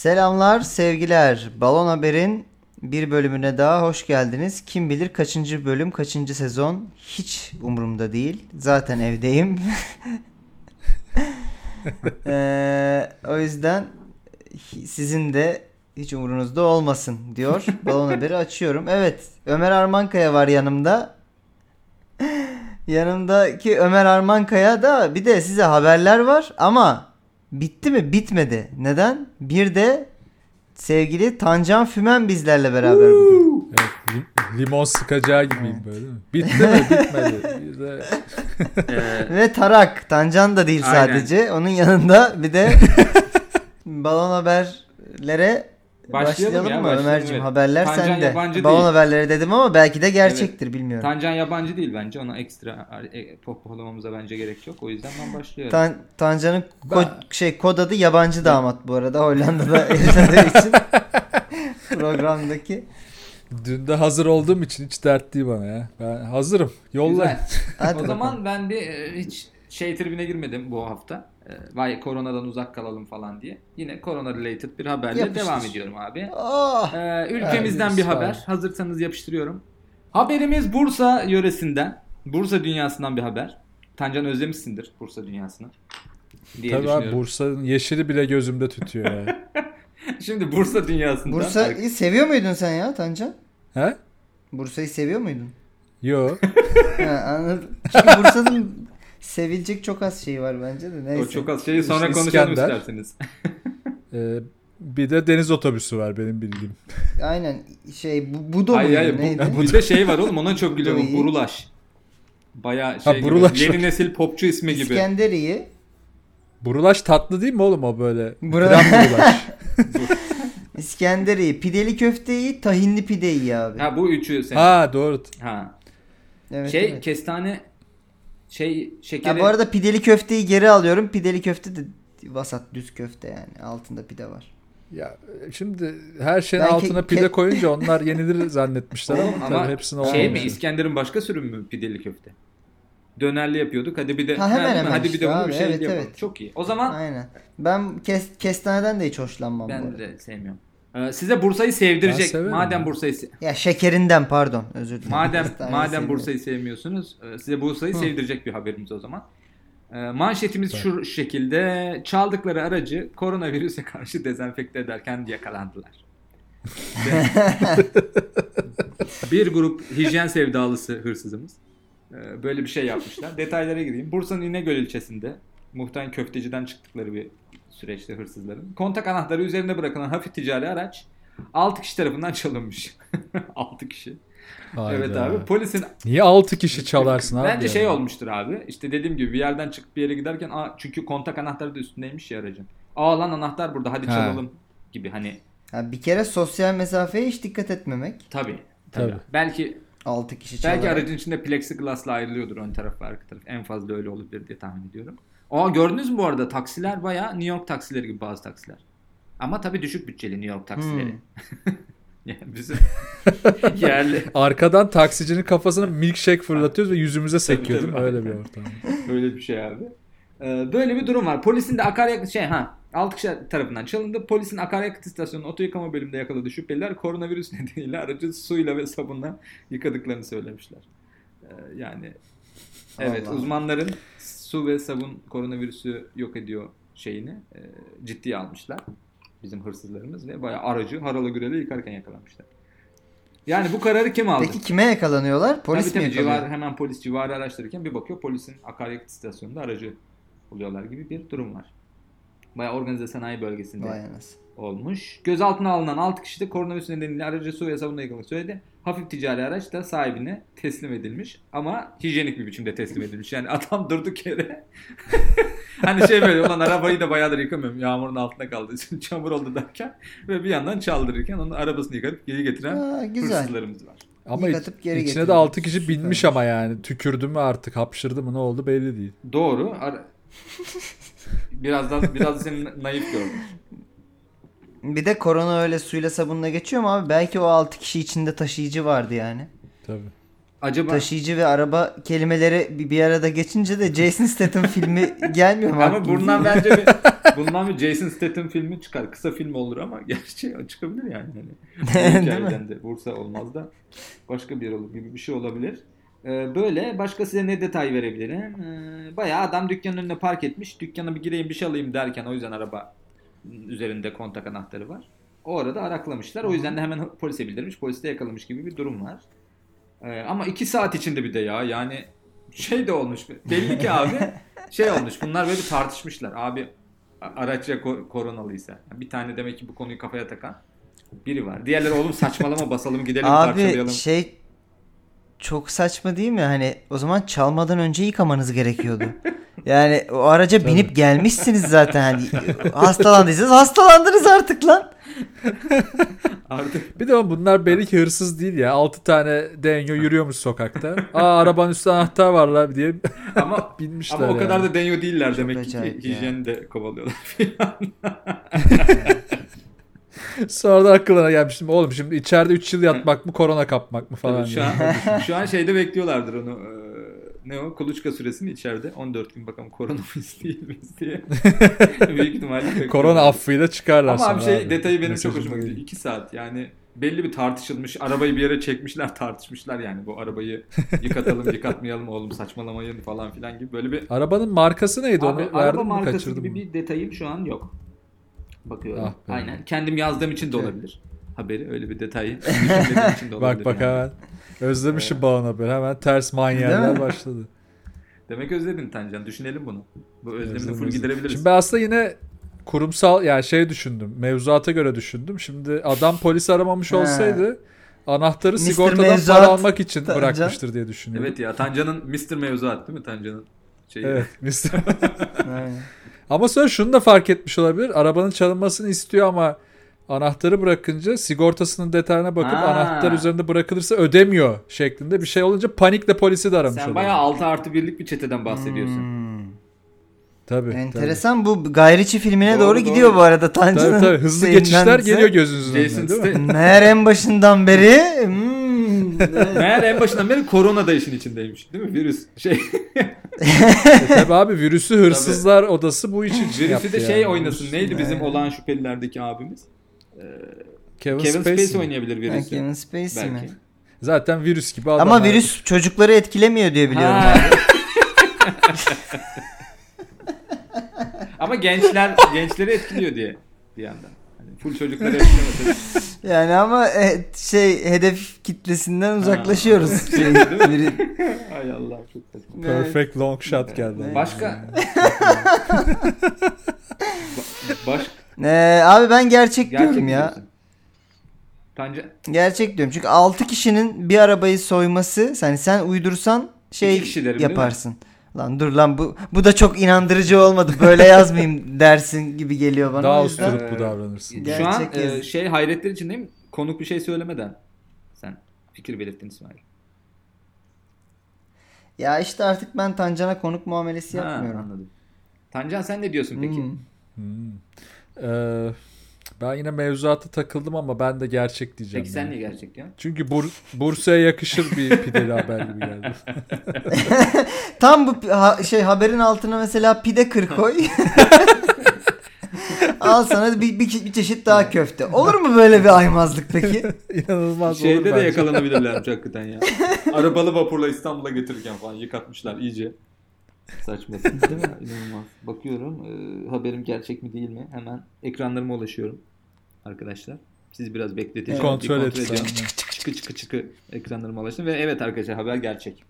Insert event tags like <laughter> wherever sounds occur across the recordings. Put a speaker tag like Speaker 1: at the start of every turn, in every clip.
Speaker 1: Selamlar, sevgiler. Balon Haber'in bir bölümüne daha hoş geldiniz. Kim bilir kaçıncı bölüm, kaçıncı sezon hiç umurumda değil. Zaten evdeyim. <laughs> Ee, o yüzden sizin de hiç umurunuzda olmasın diyor. Balon Haber'i açıyorum. Evet, Ömer Armankaya var yanımda. Yanımdaki Ömer Armankaya da bir de size haberler var ama bitti mi? Bitmedi. Neden? Bir de sevgili Tancan Fümen bizlerle beraber bugün.
Speaker 2: Evet, lim- limon sıkacağı gibiyim böyle değil mi? Bitti mi? Bitmedi. Bir de
Speaker 3: Ee,
Speaker 1: Ve Tarak. Tancan da değil
Speaker 3: Aynen.
Speaker 1: sadece. Onun yanında bir
Speaker 3: <laughs>
Speaker 1: de balon haberlere başlayalım,
Speaker 3: Başlayalım ya,
Speaker 1: mı
Speaker 3: başlayalım,
Speaker 1: Ömerciğim?
Speaker 3: evet.
Speaker 1: Haberler
Speaker 3: Tancan
Speaker 1: sende.
Speaker 3: yabancı
Speaker 1: Balon
Speaker 3: değil.
Speaker 1: haberleri dedim ama belki de gerçektir bilmiyorum.
Speaker 3: Tancan yabancı değil bence. Ona ekstra e, pohpohlamamıza bence gerek yok. O yüzden ben başlıyorum.
Speaker 1: Tan Tancan'ın ko-
Speaker 2: Ben-
Speaker 1: şey kod adı yabancı damat bu arada
Speaker 3: <laughs>
Speaker 1: Hollanda'da yaşadığı için programdaki.
Speaker 2: dün de hazır olduğum için hiç dert değil bana ya. Ben hazırım. Yolla.
Speaker 3: <laughs> Güzel.
Speaker 1: Hadi
Speaker 3: o
Speaker 1: bakalım.
Speaker 3: zaman ben bir e, hiç şey tribine girmedim bu hafta. E, Vay koronadan uzak kalalım falan diye. Yine korona related bir haberle
Speaker 1: Yapıştır.
Speaker 3: devam ediyorum abi.
Speaker 1: Ah!
Speaker 3: Ee, ülkemizden
Speaker 2: Aynen,
Speaker 3: bir
Speaker 2: sağ ol.
Speaker 3: haber. Hazırsanız yapıştırıyorum. Haberimiz Bursa yöresinden. Bursa dünyasından bir haber. Tancan özlemişsindir Bursa dünyasını. Diye
Speaker 2: Tabii abi
Speaker 3: düşünüyorum.
Speaker 2: Bursa'nın yeşili bile gözümde tütüyor ya. <laughs>
Speaker 3: <laughs> Şimdi Bursa dünyasından.
Speaker 1: Bursa'yı seviyor muydun sen ya Tancan?
Speaker 2: He?
Speaker 1: Bursa'yı seviyor muydun?
Speaker 2: Yo.
Speaker 1: Ha, anladım. Çünkü Bursa'nın sevilecek çok az şey var bence de neyse.
Speaker 3: O çok az şeyi sonra
Speaker 2: İşte
Speaker 3: konuşalım
Speaker 2: İskender.
Speaker 3: isterseniz.
Speaker 2: Ee, bir de deniz otobüsü var benim bildiğim.
Speaker 1: Aynen şey bu, bu da
Speaker 3: hayır
Speaker 1: mıydı,
Speaker 3: hayır.
Speaker 1: neydi? <laughs>
Speaker 3: Bu, bir de şey var oğlum ona çok gülüyorum.
Speaker 1: Doğru.
Speaker 3: Burulaş. Baya şey gibi,
Speaker 2: Burulaş.
Speaker 3: Yeni nesil popçu ismi gibi.
Speaker 1: İskenderiye.
Speaker 2: Burulaş tatlı değil mi oğlum o böyle?
Speaker 1: Bura-
Speaker 2: Krem
Speaker 1: <laughs>
Speaker 2: burulaş.
Speaker 1: İskenderiye. Pideli köfteyi, tahinli pideyi abi.
Speaker 3: Ha bu üçü sen. Ha.
Speaker 2: ha doğru.
Speaker 1: Evet,
Speaker 3: şey
Speaker 1: evet.
Speaker 3: kestane şey şekeri.
Speaker 1: Ya bu arada pideli köfteyi geri alıyorum. Pideli köfte de vasat düz köfte yani. Altında pide var.
Speaker 2: Ya şimdi her şeyin
Speaker 1: Ben ke-
Speaker 2: altına pide
Speaker 1: ke-
Speaker 2: koyunca onlar yenilir zannetmişler
Speaker 3: Oğlum
Speaker 2: ama,
Speaker 3: ama
Speaker 2: tabii hepsini
Speaker 3: şey mi
Speaker 2: olmamış.
Speaker 3: İskender'in başka sürümü mü pideli köfte? Dönerli yapıyorduk. Hadi bir de
Speaker 1: Ha, hemen
Speaker 3: değil mi?
Speaker 1: hemen
Speaker 3: hadi bir
Speaker 1: işte
Speaker 3: de bunu
Speaker 1: abi,
Speaker 3: bir şey
Speaker 1: evet,
Speaker 3: yapalım.
Speaker 1: evet.
Speaker 3: Çok iyi. O zaman
Speaker 1: Aynen. Ben kes, kestaneden de hiç hoşlanmam bu
Speaker 3: ben
Speaker 1: arada.
Speaker 3: de sevmiyorum. Ee, size Bursa'yı
Speaker 2: Ben
Speaker 3: sevdirecek.
Speaker 2: severim
Speaker 3: Madem
Speaker 2: ya.
Speaker 3: Bursa'yı se-
Speaker 1: Ya şekerinden pardon özür dilerim.
Speaker 3: Madem
Speaker 1: Kestane
Speaker 3: madem
Speaker 1: seviyorum.
Speaker 3: Bursa'yı sevmiyorsunuz, e, size Bursa'yı sevdirecek bir haberimiz o zaman. E, Manşetimiz şu şekilde. Çaldıkları aracı koronavirüse karşı dezenfekte ederken yakalandılar. Ve bir grup hijyen sevdalısı hırsızımız e, böyle bir şey yapmışlar. Detaylara gireyim. Bursa'nın İnegöl ilçesinde muhtemelen köfteciden çıktıkları bir süreçte hırsızların kontak anahtarı üzerinde bırakılan hafif ticari araç 6 kişi tarafından çalınmış. <laughs> 6 kişi.
Speaker 2: Hayda.
Speaker 3: Evet abi polisin
Speaker 2: Niye 6 kişi çalarsın abi?
Speaker 3: bence
Speaker 2: yani?
Speaker 3: şey olmuştur abi işte dediğim gibi bir yerden çıkıp bir yere giderken Aa, çünkü kontak anahtarı da üstündeymiş ya aracın. Aa lan anahtar burada hadi
Speaker 2: He.
Speaker 3: çalalım gibi hani
Speaker 1: Ha, bir kere sosyal mesafeye hiç dikkat etmemek.
Speaker 3: tabi tabi
Speaker 2: Tabii.
Speaker 3: belki
Speaker 1: 6 kişi
Speaker 3: belki
Speaker 1: çalarak.
Speaker 3: aracın içinde plexiglasla ayrılıyordur ön taraf ve arka taraf en fazla öyle olabilir diye tahmin ediyorum. Aa gördünüz mü bu arada taksiler baya New York taksileri gibi bazı taksiler. Ama tabi düşük bütçeli New York taksileri.
Speaker 1: Hmm.
Speaker 3: <laughs> Yani
Speaker 2: <laughs>
Speaker 3: bizim yerli
Speaker 2: Arkadan taksicinin kafasına milkshake fırlatıyoruz ve yüzümüze sekiyor değil mi?
Speaker 3: tabii.
Speaker 2: Öyle bir
Speaker 3: <laughs>
Speaker 2: ortam.
Speaker 3: Böyle bir şey abi. Ee, böyle bir durum var. Polisin de akaryakıt şey ha 6 kişi tarafından çalındı. Polisin akaryakıt istasyonunun oto yıkama bölümünde yakaladığı şüpheliler koronavirüs <laughs> nedeniyle aracı suyla ve sabunla yıkadıklarını söylemişler. Ee, yani evet
Speaker 1: Allah.
Speaker 3: uzmanların su ve sabun koronavirüsü yok ediyor şeyini e, ciddiye almışlar. Bizim hırsızlarımız ve bayağı aracı harala gürele yıkarken yakalanmışlar. Yani bu kararı kim aldı?
Speaker 1: Peki kime yakalanıyorlar? Polis
Speaker 3: tabii,
Speaker 1: mi
Speaker 3: tabii,
Speaker 1: yakalıyor?
Speaker 3: civar- hemen polis civarı araştırırken bir bakıyor polisin akaryakıt istasyonunda aracı buluyorlar gibi bir durum var. Bayağı organize sanayi bölgesinde
Speaker 1: Vay anasını.
Speaker 3: olmuş. Gözaltına alınan 6 kişi de koronavirüs nedeniyle aracı su ve sabunla yıkamak söyledi. Hafif ticari araç da sahibine teslim edilmiş ama hijyenik bir biçimde teslim edilmiş. Yani adam <laughs> durduk yere hani şey böyle ulan arabayı da bayağıdır yıkamıyorum. Yağmurun altında kaldı. Çamur oldu derken ve bir yandan çaldırırken onun arabasını yıkayıp geri getiren
Speaker 1: Aa, güzel.
Speaker 3: hırsızlarımız var.
Speaker 2: Ama
Speaker 1: Yıkatıp geri
Speaker 2: içine
Speaker 1: getirdim.
Speaker 2: de 6 kişi
Speaker 1: Süper.
Speaker 2: binmiş ama yani. Tükürdü mü artık hapşırdı mı ne oldu belli değil.
Speaker 3: Doğru. Ara... biraz da biraz da seni naif gördüm.
Speaker 1: Bir de korona öyle suyla sabunla geçiyor mu abi? Belki o 6 kişi içinde taşıyıcı vardı yani.
Speaker 2: Tabii.
Speaker 3: Acaba
Speaker 1: Taşıyıcı ve araba kelimeleri bir- bir arada geçince de Jason Statham
Speaker 3: <laughs>
Speaker 1: filmi gelmiyor mu?
Speaker 3: ama
Speaker 1: aklınıza? <laughs>
Speaker 3: bundan bence bir, bundan bir Jason Statham filmi çıkar. Kısa film olur ama <laughs> gerçi çıkabilir yani. Hani
Speaker 1: <laughs>
Speaker 3: bu
Speaker 1: Değil mi?
Speaker 3: hikayeden de Bursa olmaz da başka bir yer olur gibi bir şey olabilir. Ee, böyle başka size ne detay verebilirim? Ee, bayağı adam dükkanın önüne park etmiş. Dükkana bir gireyim bir şey alayım derken o yüzden araba üzerinde kontak anahtarı var. O arada araklamışlar. O yüzden de hemen polise bildirmiş. Polis de yakalamış gibi bir durum var. Ee, ama iki saat içinde bir de ya yani şey de olmuş. Belli ki abi
Speaker 1: <laughs>
Speaker 3: şey olmuş. Bunlar böyle tartışmışlar. Abi a- araç ya ko- koronalıysa. Bir tane demek ki bu konuyu kafaya takan biri var. Diğerleri oğlum saçmalama basalım gidelim
Speaker 1: Abi
Speaker 3: parçalayalım.
Speaker 1: şey çok saçma değil mi? Hani o zaman çalmadan önce yıkamanız gerekiyordu.
Speaker 3: <laughs>
Speaker 1: Yani o araca binip gelmişsiniz zaten. Hani
Speaker 3: <laughs>
Speaker 1: hastalandıysanız hastalandınız artık lan.
Speaker 3: Artık
Speaker 2: Bir de bunlar belli ki hırsız değil ya. 6 tane denyo yürüyormuş sokakta. Aa arabanın üstünde anahtar var lan diye <laughs>
Speaker 1: <laughs>
Speaker 3: ama
Speaker 2: binmişler.
Speaker 3: ama o kadar
Speaker 2: yani.
Speaker 3: da deniyor değiller demek ki
Speaker 1: acayip ya.
Speaker 3: hijyeni de kovalıyorlar filan.
Speaker 2: Sonra da akıllarına gelmiştim. Oğlum şimdi içeride 3 yıl yatmak mı korona kapmak mı falan.
Speaker 3: Tabii şu
Speaker 2: diye. <laughs>
Speaker 3: an şu an şeyde bekliyorlardır onu. eee, ne o? Kuluçka süresini içeride. 14 gün bakalım korona mıyız değil miyiz
Speaker 2: <laughs>
Speaker 3: diye. Büyük ihtimalle bekliyorlar.
Speaker 2: Korona affıyla çıkarlar
Speaker 3: Ama abi
Speaker 2: sonra
Speaker 3: şey detayı benim çok
Speaker 2: Mesajım
Speaker 3: hoşuma gidiyor.
Speaker 2: değil.
Speaker 3: 2 saat yani belli bir tartışılmış. Arabayı bir yere çekmişler tartışmışlar yani. Bu arabayı yıkatalım yıkatmayalım oğlum saçmalamayın falan filan gibi. Böyle bir
Speaker 2: Arabanın markası neydi?
Speaker 3: Abi,
Speaker 2: Onu
Speaker 3: araba
Speaker 2: verdim mi
Speaker 3: markası
Speaker 2: kaçırdım
Speaker 3: gibi
Speaker 2: mı?
Speaker 3: bir detayım şu an yok. Bakıyorum.
Speaker 2: Ah be.
Speaker 3: Aynen. Kendim yazdığım için de
Speaker 2: Evet.
Speaker 3: olabilir. Haberi öyle
Speaker 2: <laughs>
Speaker 3: bir detayı düşünmediğim için de
Speaker 2: Bak
Speaker 3: olabilir.
Speaker 2: bak
Speaker 3: yani.
Speaker 2: hemen. Özlemişim bağına haber. Hemen ters manyaklar
Speaker 1: Değil mi?
Speaker 2: başladı.
Speaker 3: Demek özledin Tancan. Düşünelim bunu. Bu özlemini
Speaker 2: Özledim,
Speaker 3: full
Speaker 2: özledim.
Speaker 3: giderebiliriz.
Speaker 2: Şimdi ben aslında yine kurumsal yani şey düşündüm. Mevzuata göre düşündüm. Şimdi adam polisi aramamış
Speaker 1: Ha.
Speaker 2: olsaydı anahtarı
Speaker 1: Mr.
Speaker 2: sigortadan
Speaker 1: Mevzuat
Speaker 2: para almak için
Speaker 1: Tancan.
Speaker 2: bırakmıştır diye düşünüyorum.
Speaker 3: Evet ya Tancan'ın Mr. Mevzuat değil mi Tancan'ın şeyi?
Speaker 2: Evet. <laughs> Mr.
Speaker 1: Aynen.
Speaker 2: Ama sonra şunu da fark etmiş olabilir. Arabanın çalınmasını istiyor ama anahtarı bırakınca sigortasının detayına bakıp
Speaker 3: Ha.
Speaker 2: anahtar üzerinde bırakılırsa ödemiyor şeklinde bir şey olunca panikle polisi de aramış
Speaker 3: Sen
Speaker 2: olabilir.
Speaker 3: bayağı 6 artı birlik bir çeteden bahsediyorsun.
Speaker 1: Hmm.
Speaker 2: Tabii, tabii.
Speaker 1: Enteresan bu gayriçi filmine
Speaker 3: Doğru,
Speaker 1: doğru,
Speaker 3: doğru.
Speaker 1: gidiyor bu arada Tancan'ın.
Speaker 2: Tabii tabii hızlı
Speaker 1: şeyinden
Speaker 2: geçişler
Speaker 1: bize.
Speaker 2: geliyor gözünüzün
Speaker 3: Jason
Speaker 2: önüne değil mi?
Speaker 3: Statham.
Speaker 1: Meğer en başından beri
Speaker 2: <laughs>
Speaker 1: hmm, evet.
Speaker 3: Meğer en başından beri korona da işin içindeymiş değil mi? Virüs. Şey,
Speaker 2: E tabii abi virüsü hırsızlar odası bu için yaptı
Speaker 3: virüsü de şey
Speaker 2: yani.
Speaker 3: oynasın. Neydi bizim
Speaker 1: Ne?
Speaker 3: olan şüphelilerdeki abimiz?
Speaker 2: Kevin,
Speaker 3: Kevin
Speaker 2: Spacey.
Speaker 3: Spacey oynayabilir virüsü.
Speaker 1: Kevin Spacey
Speaker 3: belki.
Speaker 1: mi?
Speaker 2: Zaten virüs gibi adam.
Speaker 1: Ama
Speaker 2: abi.
Speaker 1: virüs çocukları etkilemiyor diye biliyorum.
Speaker 3: Ha.
Speaker 1: <laughs>
Speaker 3: <laughs> Ama gençler gençleri etkiliyor diye bir yandan. Hani full
Speaker 1: <laughs>
Speaker 3: çocukları etkilemedi.
Speaker 1: Yani ama e, şey hedef kitlesinden
Speaker 2: <laughs>
Speaker 1: uzaklaşıyoruz. Şey, biri-
Speaker 3: Hay Allah çok saçma.
Speaker 2: Perfect long shot geldi.
Speaker 1: Ne? <laughs>
Speaker 3: Başka Başka
Speaker 1: Ee, abi ben gerçek,
Speaker 3: gerçek
Speaker 1: diyorum ya.
Speaker 3: diyorsun. Tanca
Speaker 1: Gerçek diyorum. Çünkü 6 kişinin bir arabayı soyması yani sen uydursan şey
Speaker 3: İki kişilerim, değil mi?
Speaker 1: yaparsın. Lan dur lan bu bu da çok inandırıcı olmadı.
Speaker 3: <laughs>
Speaker 1: Böyle yazmayayım dersin gibi geliyor bana.
Speaker 2: Daha
Speaker 1: O yüzden-
Speaker 2: usturup bu
Speaker 3: Ee,
Speaker 2: davranırsın.
Speaker 1: Gerçek
Speaker 3: şu an e,
Speaker 1: yazı.
Speaker 3: şey hayretler içindeyim. Konuk bir şey söylemeden sen fikir belirttin İsmail.
Speaker 1: Ya işte artık ben Tancan'a konuk muamelesi
Speaker 3: Ha,
Speaker 1: Şey yapmıyorum.
Speaker 3: anladım. Tancan sen ne diyorsun peki?
Speaker 1: Hmm.
Speaker 2: Hmm. Ee, ben yine mevzuata takıldım ama ben de gerçek diyeceğim.
Speaker 3: Peki sen
Speaker 2: yani.
Speaker 3: niye gerçek diyorsun?
Speaker 2: Çünkü Bur- Bursa'ya yakışır bir pideli haber gibi geldi.
Speaker 3: <laughs>
Speaker 1: Tam bu ha- şey haberin altına mesela pide kır koy.
Speaker 3: <laughs>
Speaker 1: Al sana bir, bir, bir çeşit daha köfte. Olur mu böyle bir aymazlık
Speaker 3: <laughs>
Speaker 1: peki?
Speaker 2: İnanılmaz olur
Speaker 3: Şeyde de
Speaker 2: bence. <laughs>
Speaker 3: yakalanabilirlermiş hakikaten ya. Arabalı vapurla İstanbul'a getirirken falan yıkatmışlar iyice. Saçmasın değil mi? İnanılmaz. Bakıyorum e, haberim gerçek mi değil mi? Hemen ekranlarıma ulaşıyorum arkadaşlar. Siz biraz bekleteceğim. bir
Speaker 2: Kontrol et.
Speaker 3: edeceğim.
Speaker 2: sen de.
Speaker 3: Çıkı çıkı çıkı ekranlarıma ulaştım ve evet arkadaşlar haber gerçek.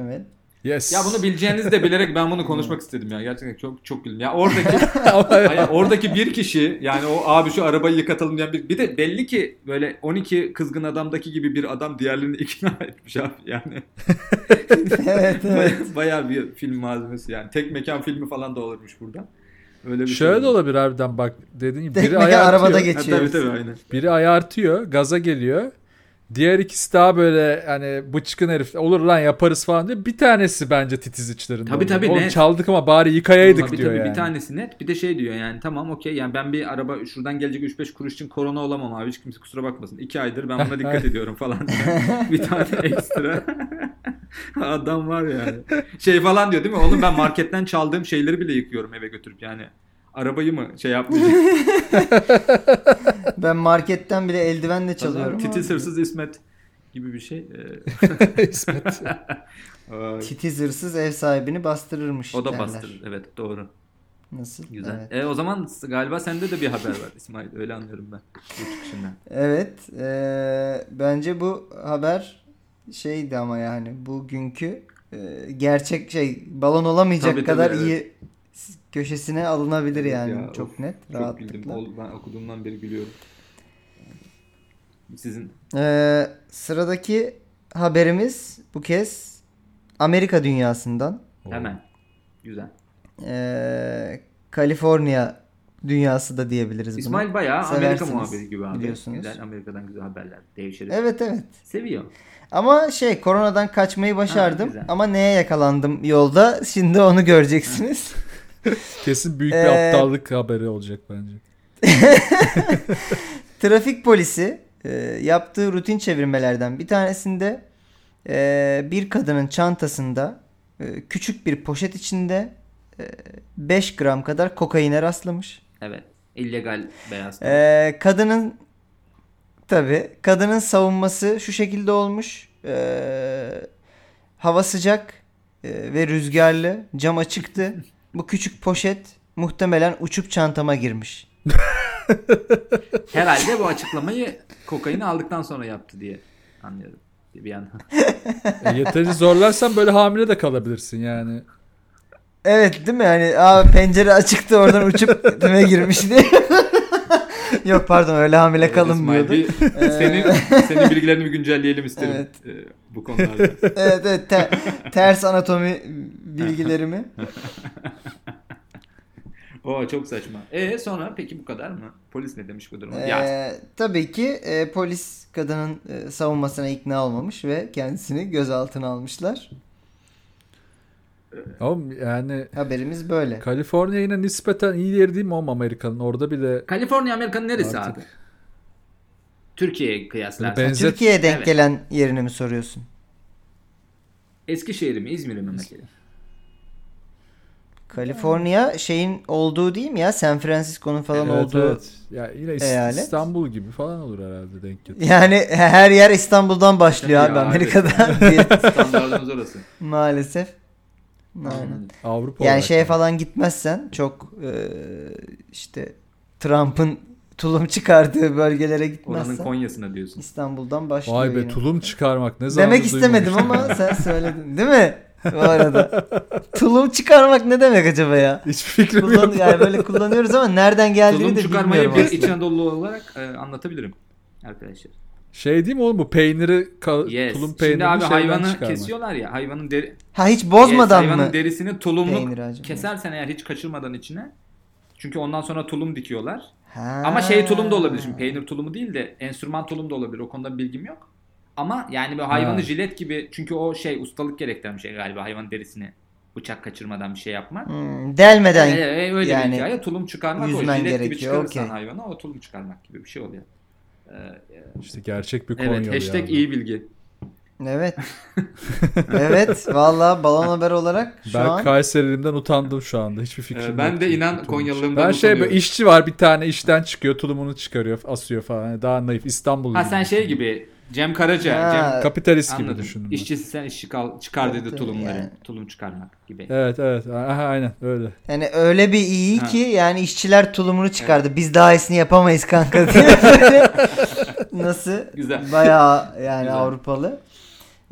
Speaker 1: Evet.
Speaker 2: Yes.
Speaker 3: Ya
Speaker 2: <laughs>
Speaker 3: bunu bileceğinizi de bilerek ben bunu konuşmak istedim ya. Gerçekten çok çok güldüm. Ya oradaki Hayır, oradaki bir kişi yani o abi şu arabayı yıkatalım diyen bir, bir de belli ki böyle 12 kızgın adamdaki gibi bir adam diğerlerini <laughs> ikna etmiş abi yani.
Speaker 1: Evet evet.
Speaker 3: Bayağı bir film malzemesi yani. Tek mekan filmi falan da olurmuş burada. Öyle bir
Speaker 2: Şöyle
Speaker 3: şey.
Speaker 2: de olabilir harbiden bak dediğin gibi
Speaker 1: Tek
Speaker 2: biri
Speaker 1: mekan
Speaker 2: ayağı
Speaker 1: arabada
Speaker 2: atıyor.
Speaker 1: geçiyor.
Speaker 3: Ha, tabii tabii aynen.
Speaker 2: Biri ayartıyor, gaza geliyor. Diğer ikisi daha böyle hani bıçkın herif olur lan yaparız falan diyor. Bir tanesi bence titiz içlerinden.
Speaker 3: Tabii, tabii,
Speaker 2: Oğlum
Speaker 3: ne?
Speaker 2: çaldık ama bari yıkayaydık
Speaker 3: Tabii
Speaker 2: diyor
Speaker 3: tabii
Speaker 2: yani.
Speaker 3: bir tanesi net. Bir de şey diyor yani tamam okey yani ben bir araba şuradan gelecek 3-5 kuruş için korona olamam abi hiç kimse kusura bakmasın. 2 aydır ben buna dikkat ediyorum falan. <laughs> bir tane ekstra. <laughs> Adam var yani. Şey falan diyor değil mi? Oğlum ben marketten çaldığım şeyleri bile yıkıyorum eve götürüp yani. Arabayı mı şey yapmayacağım?
Speaker 1: Ben marketten bile eldivenle çalıyorum.
Speaker 3: Titiz hırsız İsmet gibi bir şey.
Speaker 2: <laughs>
Speaker 3: Ee,
Speaker 2: İsmet.
Speaker 3: ay.
Speaker 1: Titiz hırsız ev sahibini bastırırmış.
Speaker 3: o da
Speaker 1: derler.
Speaker 3: bastırır. Evet doğru.
Speaker 1: Nasıl?
Speaker 3: Güzel.
Speaker 1: Evet.
Speaker 3: E, o zaman galiba sende de bir haber var İsmail. Öyle anlıyorum ben. Bu çıkışından.
Speaker 1: Evet, eee, bence bu haber şeydi ama yani bugünkü eee, gerçek şey balon olamayacak
Speaker 3: Tabii, tabii,
Speaker 1: kadar
Speaker 3: evet.
Speaker 1: iyi s- köşesine alınabilir
Speaker 3: Evet
Speaker 1: yani
Speaker 3: ya,
Speaker 1: çok
Speaker 3: of,
Speaker 1: net
Speaker 3: Çok güldüm.
Speaker 1: rahatlıkla.
Speaker 3: Ol- Ben okuduğumdan beri gülüyorum. Sizin
Speaker 1: Eee, E, sıradaki haberimiz bu kez Amerika dünyasından,
Speaker 3: hemen. Güzel.
Speaker 1: eee, Kaliforniya dünyası da diyebiliriz buna.
Speaker 3: İsmail bayağı Amerika
Speaker 1: Seversiniz,
Speaker 3: muhabiri gibi abi.
Speaker 1: biliyorsunuz.
Speaker 3: Güzel Amerika'dan güzel haberler. Devşirip.
Speaker 1: Evet evet.
Speaker 3: Seviyor.
Speaker 1: Ama şey koronadan kaçmayı başardım
Speaker 3: güzel.
Speaker 1: ama neye yakalandım yolda şimdi onu göreceksiniz. <laughs>
Speaker 2: Kesin büyük bir
Speaker 1: Ee,
Speaker 2: aptallık haberi olacak bence.
Speaker 1: Trafik polisi e, yaptığı rutin çevirmelerden bir tanesinde e, bir kadının çantasında e, küçük bir poşet içinde 5 gram kadar kokaine rastlamış.
Speaker 3: Evet. illegal beyaz.
Speaker 1: E, kadının tabi kadının savunması şu şekilde olmuş. E, hava sıcak e, ve rüzgarlı cam açıktı. Bu küçük poşet muhtemelen uçup çantama girmiş.
Speaker 3: Herhalde bu açıklamayı kokaini aldıktan sonra yaptı diye anlıyorum. Bir yandan.
Speaker 1: <laughs>
Speaker 2: E, yeterince zorlarsan böyle hamile de kalabilirsin yani.
Speaker 1: Evet değil mi? Yani abi pencere açıktı oradan
Speaker 3: <laughs>
Speaker 1: uçup düme girmiş diye. <laughs> Yok pardon öyle hamile kalınmıyordu.
Speaker 3: İsmail, bir- senin,
Speaker 1: <laughs>
Speaker 3: senin bilgilerini bir güncelleyelim isterim.
Speaker 1: Ee, Evet.
Speaker 3: e, bu konularda.
Speaker 1: <laughs> Evet evet te- ters anatomi bilgilerimi.
Speaker 3: Oo çok saçma. E sonra peki bu kadar mı? Polis ne demiş bu duruma? ya
Speaker 1: Ee, tabii ki e, polis kadının e, savunmasına ikna olmamış ve kendisini gözaltına almışlar.
Speaker 2: Ama yani
Speaker 1: Haberimiz böyle.
Speaker 2: Kaliforniya yine nispeten iyi yer değil mi oğlum Amerika'nın? Orada bile
Speaker 3: Kaliforniya Amerika'nın neresi
Speaker 2: Artık.
Speaker 3: abi? Türkiye'ye kıyaslarsan.
Speaker 2: Ben- Benzet-
Speaker 1: Türkiye'ye denk
Speaker 3: Evet.
Speaker 1: gelen yerini mi soruyorsun?
Speaker 3: Eskişehir mi İzmir mi <laughs> mesela?
Speaker 1: Kaliforniya şeyin olduğu değil mi ya? San Francisco'nun falan
Speaker 2: Evet,
Speaker 1: olduğu.
Speaker 2: evet. Ya yine İs-
Speaker 1: eyalet.
Speaker 2: İstanbul gibi falan olur herhalde denk getir.
Speaker 1: Yani her yer İstanbul'dan başlıyor abi
Speaker 3: Ya,
Speaker 1: Amerika'da.
Speaker 3: <laughs>
Speaker 1: diye-
Speaker 3: Standartımız orası.
Speaker 1: Maalesef. Aynen.
Speaker 2: Avrupa
Speaker 1: Yani
Speaker 2: olarak
Speaker 1: şeye
Speaker 2: yani.
Speaker 1: falan gitmezsen çok e, işte Trump'ın tulum çıkardığı bölgelere
Speaker 3: Oranın
Speaker 1: gitmezsen
Speaker 3: Konya'sına diyorsun.
Speaker 1: İstanbul'dan başlıyor.
Speaker 2: Vay be
Speaker 1: yine.
Speaker 2: tulum çıkarmak ne zaman
Speaker 1: Demek istemedim ama sen söyledin değil mi? Bu arada. tulum çıkarmak ne demek acaba ya?
Speaker 2: Hiçbir fikrim
Speaker 1: Kullan,
Speaker 2: yok.
Speaker 1: yani böyle kullanıyoruz ama nereden geldiğini
Speaker 3: Tulum
Speaker 1: de
Speaker 3: çıkarmayı
Speaker 1: bilmiyorum.
Speaker 3: bir
Speaker 1: aslında.
Speaker 3: İç Anadolu olarak e, anlatabilirim arkadaşlar.
Speaker 2: <laughs> Şey değil mi oğlum bu peyniri ka-
Speaker 3: Yes.
Speaker 2: tulum peynirini
Speaker 3: Şimdi abi
Speaker 2: şeyden
Speaker 3: hayvanı
Speaker 2: çıkarmak.
Speaker 3: kesiyorlar ya hayvanın deri
Speaker 1: Ha hiç
Speaker 3: Yes,
Speaker 1: bozmadan
Speaker 3: hayvanın
Speaker 1: mı?
Speaker 3: derisini tulumluk
Speaker 1: peyniri acaba?
Speaker 3: kesersen eğer hiç kaçırmadan içine. Çünkü ondan sonra tulum dikiyorlar.
Speaker 1: Ha.
Speaker 3: Ama şey tulum da olabilir şimdi peynir tulumu değil de enstrüman tulum da olabilir o konuda bilgim yok. Ama yani böyle hayvanı
Speaker 2: Ha.
Speaker 3: jilet gibi çünkü o şey ustalık gerektiren bir şey galiba hayvan derisini bıçak kaçırmadan bir şey yapmak.
Speaker 1: Hmm, delmeden.
Speaker 3: Ee, e, öyle
Speaker 1: yani
Speaker 3: bir hikaye tulum çıkarmak o
Speaker 1: yüzmen
Speaker 3: jilet gibi
Speaker 1: gerekiyor,
Speaker 3: çıkarırsan
Speaker 1: okey.
Speaker 3: hayvana o tulum çıkarmak gibi bir şey oluyor. Ee,
Speaker 2: İşte gerçek bir Konyalı
Speaker 3: evet hashtag
Speaker 2: yani.
Speaker 3: iyi bilgi.
Speaker 1: Evet. evet. Vallahi balon haber olarak şu
Speaker 2: ben
Speaker 1: an
Speaker 2: Kayserilimden utandım şu anda. Hiçbir fikrim
Speaker 3: Ee,
Speaker 2: yok.
Speaker 3: ben de inan
Speaker 2: Tulum
Speaker 3: Konyalılığımdan
Speaker 2: Ben şey böyle
Speaker 3: utanıyorum.
Speaker 2: işçi var bir tane işten çıkıyor tulumunu çıkarıyor asıyor falan. Yani Daha naif İstanbul
Speaker 3: Ha
Speaker 2: gibi
Speaker 3: sen şey
Speaker 2: düşünün.
Speaker 3: gibi Cem Karaca,
Speaker 1: Ha,
Speaker 3: Cem
Speaker 2: Kapitalist gibi
Speaker 3: anladım.
Speaker 2: düşündüm ben.
Speaker 3: İşçisi sen işçi kal, çıkar
Speaker 1: Evet,
Speaker 3: dedi
Speaker 1: evet,
Speaker 3: tulumları.
Speaker 1: yani.
Speaker 3: Tulum çıkarmak gibi.
Speaker 2: Evet evet Aha, aynen öyle.
Speaker 1: Yani öyle bir iyi
Speaker 3: Ha.
Speaker 1: ki yani işçiler tulumunu çıkardı. Biz daha iyisini yapamayız
Speaker 3: <laughs>
Speaker 1: kanka diye. Böyle Nasıl?
Speaker 3: Güzel.
Speaker 1: Bayağı yani
Speaker 3: Güzel.
Speaker 1: Avrupalı.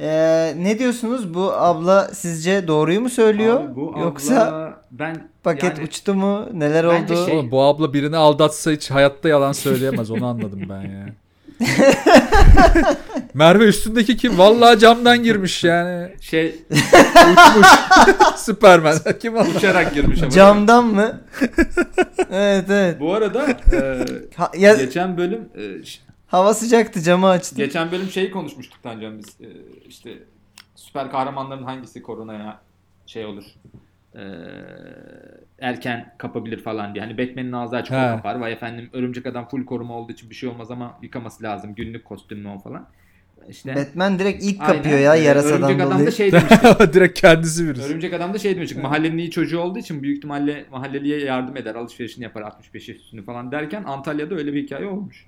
Speaker 1: Ee, ne diyorsunuz? Bu abla sizce doğruyu mu söylüyor?
Speaker 3: Abi bu
Speaker 1: Yoksa
Speaker 3: abla- ben
Speaker 1: paket
Speaker 3: yani-
Speaker 1: uçtu mu? Neler
Speaker 3: Bence
Speaker 1: oldu?
Speaker 3: şey-
Speaker 2: Oğlum bu abla birini aldatsa hiç hayatta yalan söyleyemez onu anladım
Speaker 1: <laughs>
Speaker 2: ben ya. Merve üstündeki kim? Vallahi camdan
Speaker 1: <laughs>
Speaker 2: girmiş yani.
Speaker 3: <laughs> şey
Speaker 2: Uçmuş. Süpermen. Kim aldı?
Speaker 3: uçarak girmiş ama.
Speaker 1: Camdan
Speaker 3: <laughs>
Speaker 1: mı? evet evet.
Speaker 3: Bu arada e,
Speaker 1: Ha- ya,
Speaker 3: geçen bölüm e, ş-
Speaker 1: Hava sıcaktı camı açtım.
Speaker 3: Geçen bölüm şeyi konuşmuştuk Tancan biz. Ee, işte süper kahramanların hangisi koronaya şey olur. ee, erken kapabilir falan diye. Hani Batman'in ağzı açık o
Speaker 2: He.
Speaker 3: kapar. Vay efendim örümcek adam full koruma olduğu için bir şey olmaz ama yıkaması lazım. Günlük kostümlü o falan. İşte
Speaker 1: Batman direkt ilk
Speaker 3: aynen.
Speaker 1: kapıyor ya
Speaker 3: Ee,
Speaker 1: yarasadan
Speaker 3: Örümcek adam da
Speaker 1: dolayı.
Speaker 3: şey demiş.
Speaker 2: <laughs> Direkt kendisi virüs.
Speaker 3: Örümcek adam da şey demiş. Mahallenin iyi çocuğu olduğu için büyük ihtimalle mahalleliye yardım eder. Alışverişini yapar 65 yaş üstünü falan derken Antalya'da öyle bir hikaye olmuş.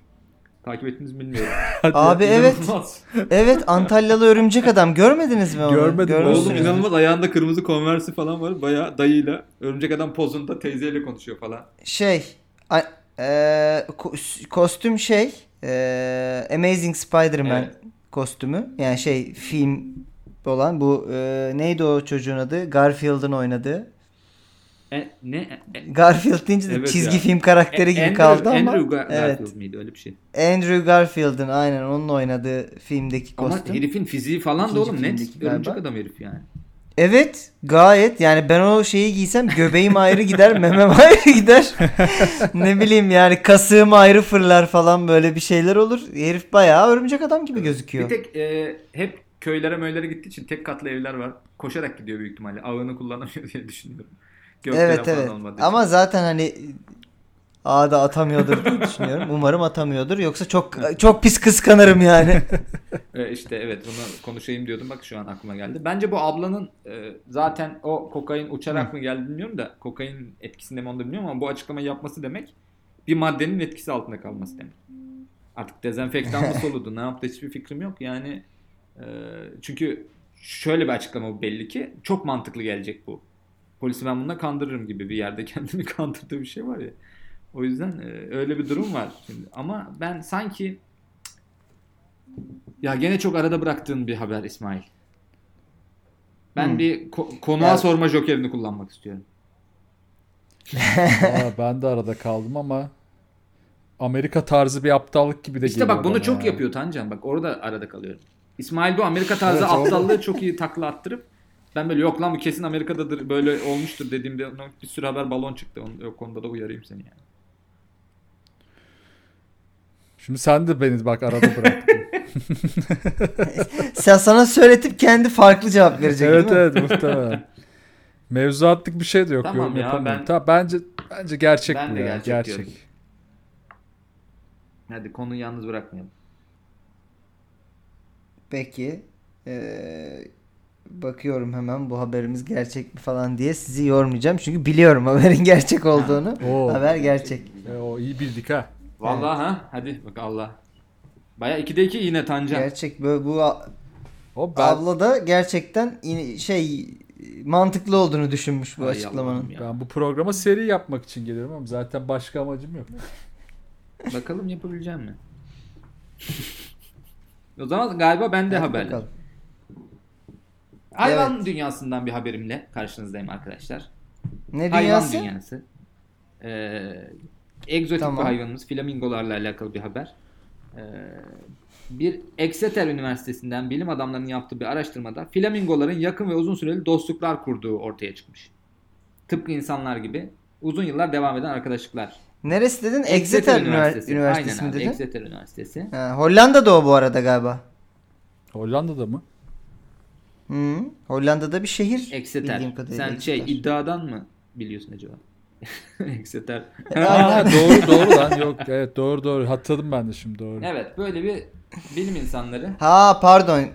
Speaker 3: Takip ettiniz mi bilmiyorum.
Speaker 2: Hadi.
Speaker 1: <laughs> Abi evet.
Speaker 3: İnanılmaz.
Speaker 1: Evet Antalyalı örümcek adam görmediniz mi onu?
Speaker 2: Görmedim.
Speaker 1: Görmüşsünüz.
Speaker 3: Oğlum inanılmaz ayağında kırmızı konversi falan var. Bayağı dayıyla. Örümcek adam pozunda teyzeyle konuşuyor falan.
Speaker 1: Şey a- eee, ko- kostüm şey eee, Amazing Spider-Man
Speaker 3: Evet.
Speaker 1: kostümü. Yani şey film olan bu eee, neydi o çocuğun adı? Garfield'ın oynadığı.
Speaker 3: E, ne? E, e-
Speaker 1: Garfield deyince de
Speaker 3: Evet
Speaker 1: çizgi
Speaker 3: ya. E,
Speaker 1: film karakteri gibi
Speaker 3: Andrew-
Speaker 1: kaldı ama.
Speaker 3: Andrew Gar-
Speaker 1: evet.
Speaker 3: Garfield miydi öyle bir şey.
Speaker 1: Andrew Garfield'ın aynen onun oynadığı filmdeki
Speaker 3: Ama
Speaker 1: kostüm.
Speaker 3: herifin fiziği falan da
Speaker 1: İkinci
Speaker 3: oğlum net.
Speaker 1: filmdeki galiba.
Speaker 3: Örümcek adam herif yani.
Speaker 1: Evet gayet yani ben o şeyi giysem göbeğim ayrı gider <laughs> memem ayrı gider. ne bileyim yani kasığım ayrı fırlar falan böyle bir şeyler olur. Herif bayağı örümcek adam gibi gözüküyor.
Speaker 3: Bir tek e, hep köylere möylere gittiği için tek katlı evler var. Koşarak gidiyor büyük ihtimalle. Ağını kullanamıyor diye düşünüyorum. Gökdelen
Speaker 1: evet
Speaker 3: falan
Speaker 1: evet
Speaker 3: olmadığı için.
Speaker 1: ama zaten hani ağda atamıyordur diye düşünüyorum. Umarım atamıyordur yoksa çok çok pis kıskanırım yani.
Speaker 3: E, işte evet bunu konuşayım diyordum. Bak şu an aklıma geldi. Bence bu ablanın e, zaten o kokain uçarak mı geldi bilmiyorum da kokain etkisinde mi onu da bilmiyorum ama bu açıklamayı yapması demek bir maddenin etkisi altında kalması demek. Artık dezenfektan mı soludu ne yaptı hiçbir fikrim yok. Yani e, çünkü şöyle bir açıklama bu belli ki çok mantıklı gelecek bu. Polisi ben bununla kandırırım gibi bir yerde <laughs> kendini kandırdığı bir şey var ya. O yüzden e, öyle bir durum var şimdi. Ama ben sanki ya gene çok arada bıraktığın bir haber İsmail. Ben
Speaker 1: Hmm.
Speaker 3: bir ko- konuğa
Speaker 1: Ya-
Speaker 3: sorma jokerini kullanmak istiyorum. şey.
Speaker 2: Aa, ben de arada kaldım ama Amerika tarzı bir aptallık gibi de
Speaker 3: İşte
Speaker 2: geliyor
Speaker 3: bak bunu
Speaker 2: bana
Speaker 3: çok
Speaker 2: yani.
Speaker 3: yapıyor Tancan. Bak orada arada kalıyorum. İsmail bu Amerika tarzı
Speaker 2: Evet, orada.
Speaker 3: aptallığı çok iyi takla attırıp ben böyle yok lan bu kesin Amerika'dadır böyle olmuştur dediğimde ona bir sürü haber balon çıktı. Onu- O konuda da uyarayım seni yani.
Speaker 2: Şimdi sen de beni bak
Speaker 3: <laughs>
Speaker 2: arada bıraktın.
Speaker 1: Sen sana söyletip kendi farklı cevap verecek
Speaker 2: evet
Speaker 1: değil mi?
Speaker 2: evet muhtemelen. Mevzuatlık bir şey de yok.
Speaker 3: Tamam
Speaker 2: yorum
Speaker 3: ya,
Speaker 2: yapamıyorum.
Speaker 3: ben-
Speaker 2: Tamam, bence bence gerçek
Speaker 3: Ben
Speaker 2: bu
Speaker 3: de
Speaker 2: ya.
Speaker 3: gerçek
Speaker 2: Gerçek.
Speaker 3: diyorum. Hadi konuyu yalnız bırakmayalım.
Speaker 1: Peki. Ee, bakıyorum hemen bu haberimiz gerçek mi falan diye sizi yormayacağım. Çünkü biliyorum haberin <laughs> gerçek olduğunu.
Speaker 2: Oo.
Speaker 1: Haber gerçek.
Speaker 2: E, o iyi bildik ha.
Speaker 3: Vallahi ha hadi bak Allah. Baya 2'de 2 yine Tancan.
Speaker 1: Gerçek böyle bu a-
Speaker 2: O ben
Speaker 1: abla da gerçekten in- şey mantıklı olduğunu düşünmüş bu
Speaker 3: Hay Allah'ım
Speaker 1: açıklamanın.
Speaker 3: ya.
Speaker 2: ben bu programa seri yapmak için geliyorum ama zaten başka amacım yok.
Speaker 3: Bakalım yapabileceğim mi? <laughs> o zaman galiba ben de
Speaker 1: Hadi
Speaker 3: haberler.
Speaker 1: bakalım.
Speaker 3: Hayvan dünyasından bir haberimle karşınızdayım arkadaşlar.
Speaker 1: Ne
Speaker 3: Hayvan
Speaker 1: dünyası?
Speaker 3: dünyası. Ee, egzotik
Speaker 1: Tamam.
Speaker 3: bir hayvanımız flamingolarla alakalı bir haber. Ee, bir Exeter Üniversitesi'nden bilim adamlarının yaptığı bir araştırmada flamingoların yakın ve uzun süreli dostluklar kurduğu ortaya çıkmış. Tıpkı insanlar gibi uzun yıllar devam eden arkadaşlıklar.
Speaker 1: Neresi dedin? Exeter Ünivers- Üniversitesi,
Speaker 3: Aynen
Speaker 1: mi
Speaker 3: abi,
Speaker 1: dedin?
Speaker 3: Exeter Üniversitesi.
Speaker 1: Ha, Hollanda'da o bu arada galiba.
Speaker 2: Hollanda'da <laughs> mı?
Speaker 1: Hı. Hollanda'da bir şehir.
Speaker 3: Exeter.
Speaker 1: bildiğim kadarıyla
Speaker 3: Sen şey
Speaker 1: Exeter.
Speaker 3: iddiadan mı biliyorsun acaba?
Speaker 1: <laughs>
Speaker 3: <laughs> Exeter. <laughs>
Speaker 2: Aa, doğru doğru lan yok. Evet doğru doğru. Hatırladım ben de şimdi doğru.
Speaker 3: Evet böyle bir bilim insanları.
Speaker 1: Ha pardon e,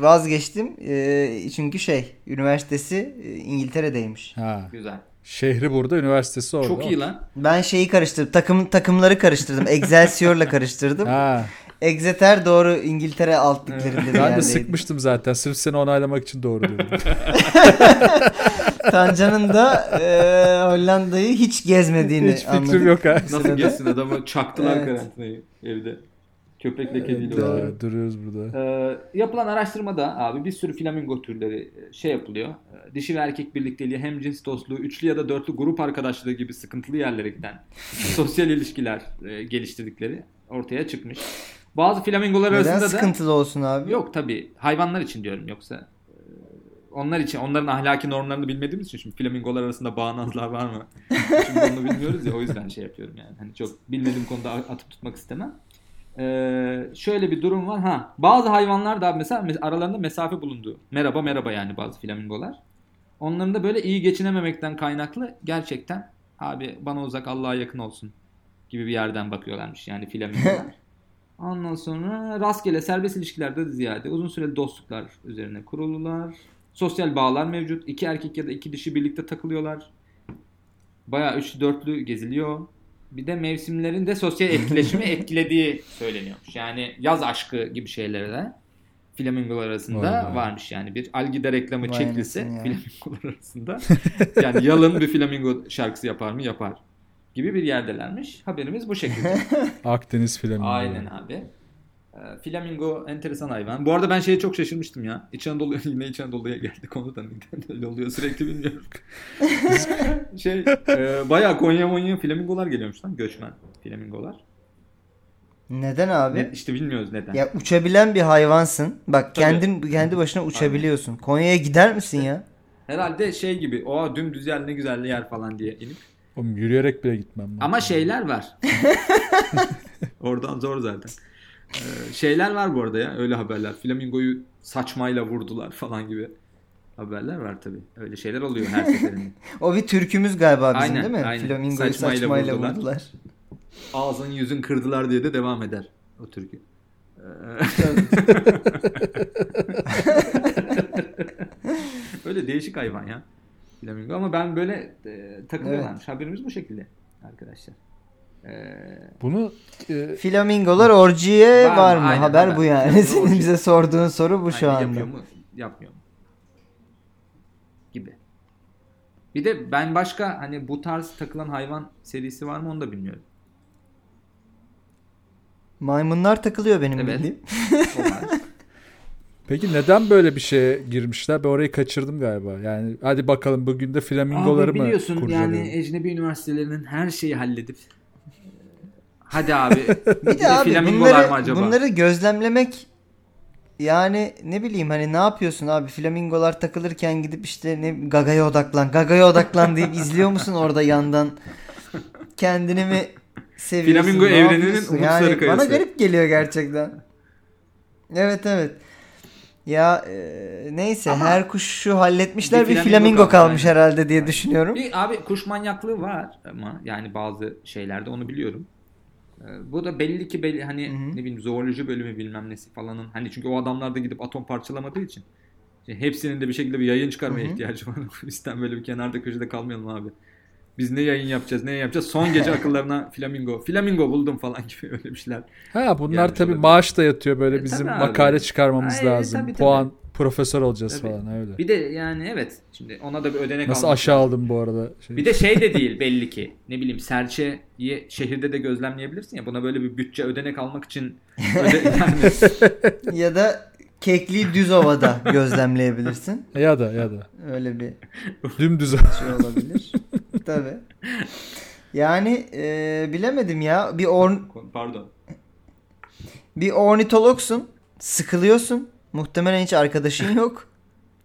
Speaker 1: vazgeçtim Ee, çünkü şey üniversitesi e, İngiltere'deymiş.
Speaker 2: Ha.
Speaker 3: Güzel.
Speaker 2: Şehri burada, üniversitesi orada.
Speaker 3: Çok iyi lan.
Speaker 1: Ben şeyi karıştırdım takım takımları karıştırdım Excelsior'la karıştırdım.
Speaker 2: <laughs> Ha.
Speaker 1: Exeter doğru İngiltere alt liglerinde bir
Speaker 2: Ben de
Speaker 1: yerdeydi.
Speaker 2: sıkmıştım zaten. Sırf seni onaylamak için
Speaker 1: <laughs>
Speaker 2: doğru dedim.
Speaker 1: Tancan'ın da e, Hollanda'yı hiç gezmediğini
Speaker 2: Hiç fikrim
Speaker 1: anladım.
Speaker 2: yok ha.
Speaker 3: Nasıl geçsin adamı çaktılar
Speaker 1: Evet.
Speaker 3: karantinayı evde. Köpekle kediyle
Speaker 2: Doğru,
Speaker 3: beraber.
Speaker 2: Duruyoruz burada.
Speaker 3: Ee, yapılan araştırmada abi bir sürü flamingo türleri e, şey yapılıyor. Ee, Dişi ve erkek birlikteliği, hemcins dostluğu, üçlü ya da dörtlü grup arkadaşlığı gibi sıkıntılı yerlere giden <laughs> sosyal ilişkiler e, geliştirdikleri ortaya çıkmış. Bazı flamingolar
Speaker 1: Neden
Speaker 3: arasında da
Speaker 1: sıkıntılı olsun abi?
Speaker 3: Yok tabii. Hayvanlar için diyorum yoksa. e, Onlar için, onların ahlaki normlarını bilmediğimiz için şimdi flamingolar arasında bağnazlar var mı? Şimdi onu bilmiyoruz ya o yüzden şey yapıyorum yani. Hani çok bilmediğim konuda atıp tutmak istemem. Ee, şöyle bir durum var. Ha, bazı hayvanlar da abi mesela mes- aralarında mesafe bulunduğu. Merhaba merhaba yani bazı flamingolar. Onların da böyle iyi geçinememekten kaynaklı gerçekten abi bana uzak Allah'a yakın olsun gibi bir yerden bakıyorlarmış yani
Speaker 2: <laughs>
Speaker 3: flamingolar. Ondan sonra rastgele serbest ilişkilerde de ziyade uzun süreli dostluklar üzerine kurulular. Sosyal bağlar mevcut. İki erkek ya da iki dişi birlikte takılıyorlar. Bayağı üçlü dörtlü geziliyor. Bir de mevsimlerin
Speaker 2: <laughs>
Speaker 3: de sosyal etkileşimi etkilediği söyleniyormuş. Yani yaz aşkı gibi şeylere de flamingolar arasında
Speaker 2: Vay be.
Speaker 3: varmış yani. Bir Algida reklamı
Speaker 1: Vay
Speaker 3: çekilse
Speaker 1: anasını ya.
Speaker 3: flamingolar <laughs> arasında. yani yalın bir flamingo şarkısı yapar mı? Yapar. Gibi bir yerdelermiş. Haberimiz
Speaker 1: <laughs>
Speaker 3: bu şekilde.
Speaker 2: Akdeniz filmi.
Speaker 3: Aynen abi. Ee, Flamingo enteresan hayvan. Bu arada ben şeye çok şaşırmıştım ya. İç Anadolu <laughs> yine İç Anadolu'ya geldi konudan. Neden öyle oluyor
Speaker 1: <laughs>
Speaker 3: sürekli bilmiyorum. şey e, bayağı Konya Monya flamingolar geliyormuş lan göçmen flamingolar.
Speaker 1: Neden abi?
Speaker 3: Ne, işte bilmiyoruz neden.
Speaker 1: Ya uçabilen bir hayvansın. Bak
Speaker 3: Tabii.
Speaker 1: kendin kendi başına uçabiliyorsun. Konya'ya gider misin ya?
Speaker 3: Herhalde şey gibi o dümdüz yer ne güzel yer falan diye inip.
Speaker 2: Oğlum yürüyerek bile gitmem. ben.
Speaker 3: Ama şeyler var. <laughs> Oradan zor zaten. Ee, şeyler var bu arada ya öyle haberler. Flamingoyu saçmayla vurdular falan gibi haberler var tabii. Öyle şeyler oluyor her <laughs> seferinde.
Speaker 1: O bir türkümüz galiba bizim
Speaker 3: Aynen,
Speaker 1: değil mi?
Speaker 3: aynen.
Speaker 1: Flamingoyu
Speaker 3: Saçmayla
Speaker 1: saçmayla,
Speaker 3: vurdular.
Speaker 1: vurdular.
Speaker 3: Ağzın yüzün kırdılar diye de devam eder o türkü. Ee, <laughs> öyle değişik hayvan ya. Flamingo ama ben böyle e, takılıyorlarmış. Haberimiz bu şekilde arkadaşlar. Ee,
Speaker 2: Bunu e,
Speaker 1: Flamingolar orjiye
Speaker 3: Var mı?
Speaker 1: var, mı?
Speaker 3: Aynen,
Speaker 1: Haber
Speaker 3: haber.
Speaker 1: bu
Speaker 3: Orji.
Speaker 1: yani. Senin bize sorduğun soru bu şu
Speaker 3: Aynen,
Speaker 1: anda.
Speaker 3: Yapıyor mu? Yapmıyor mu? Gibi. Bir de ben başka hani bu tarz takılan hayvan serisi var mı onu da <laughs> bilmiyorum.
Speaker 1: Maymunlar takılıyor benim
Speaker 3: Evet.
Speaker 1: bildiğim.
Speaker 3: O var.
Speaker 2: peki neden böyle bir şeye girmişler? Ben orayı kaçırdım galiba. Yani hadi bakalım bugün de flamingoları
Speaker 3: Abi
Speaker 2: mı
Speaker 3: biliyorsun
Speaker 2: kurcalayalım?
Speaker 3: yani e, ecnebi üniversitelerinin her şeyi halledip hadi <laughs> abi
Speaker 1: Bir de abi
Speaker 3: flamingolar
Speaker 1: bunları,
Speaker 3: mı acaba?
Speaker 1: bunları gözlemlemek yani ne bileyim hani ne yapıyorsun abi flamingolar takılırken gidip işte ne gagaya odaklan gagaya odaklan deyip izliyor musun orada yandan kendini mi seviyorsun
Speaker 3: Flamingo
Speaker 1: ne
Speaker 3: evreninin
Speaker 1: yapıyorsun?
Speaker 3: Umut
Speaker 1: yani
Speaker 3: Sarıkayası.
Speaker 1: bana garip geliyor gerçekten evet evet ya e, neyse
Speaker 3: Ama
Speaker 1: her kuşu halletmişler
Speaker 3: bir
Speaker 1: bir flamingo,
Speaker 3: flamingo
Speaker 1: kalmış
Speaker 3: kalmış.
Speaker 1: herhalde diye düşünüyorum
Speaker 3: Bir, abi kuş manyaklığı var ama yani bazı şeylerde onu biliyorum. Ee, Bu da belli ki belli hani
Speaker 1: Hı hı.
Speaker 3: ne bileyim zooloji bölümü bilmem nesi falanın hani çünkü o adamlar da gidip atom parçalamadığı için Şimdi hepsinin de bir şekilde bir yayın çıkarmaya
Speaker 1: Hı hı.
Speaker 3: ihtiyacı var. <laughs> O yüzden böyle bir kenarda köşede kalmayalım abi. Biz ne yayın yapacağız ne yayın yapacağız
Speaker 1: <laughs>
Speaker 3: son gece akıllarına flamingo flamingo buldum falan <laughs> gibi öyle bir şeyler
Speaker 2: Ha bunlar
Speaker 3: Gelmiş
Speaker 2: tabii
Speaker 3: olabilir.
Speaker 2: maaş da yatıyor böyle
Speaker 3: E,
Speaker 2: bizim
Speaker 3: tabii abi.
Speaker 2: makale çıkarmamız
Speaker 3: Ay,
Speaker 2: lazım.
Speaker 3: tabii, tabii.
Speaker 2: Puan profesör olacağız
Speaker 3: Tabii.
Speaker 2: falan öyle.
Speaker 3: Bir de yani evet. Şimdi ona da bir ödenek
Speaker 2: Nasıl
Speaker 3: almak
Speaker 2: aşağı
Speaker 3: lazım.
Speaker 2: aldım bu arada? Şey,
Speaker 3: Bir de şey de değil belli ki. Ne bileyim serçeyi şehirde de gözlemleyebilirsin ya. Buna böyle bir bütçe ödenek almak için öde,
Speaker 1: <laughs>
Speaker 3: yani
Speaker 1: ya da kekli düz
Speaker 3: <laughs>
Speaker 1: ovada gözlemleyebilirsin
Speaker 2: E, Ya da ya da.
Speaker 1: öyle bir
Speaker 2: Dümdüz. <laughs>
Speaker 1: şey olabilir. <laughs> Tabii. Yani e, bilemedim ya. Bir or,
Speaker 3: pardon.
Speaker 1: bir ornitologsun. Sıkılıyorsun. Muhtemelen hiç arkadaşın yok.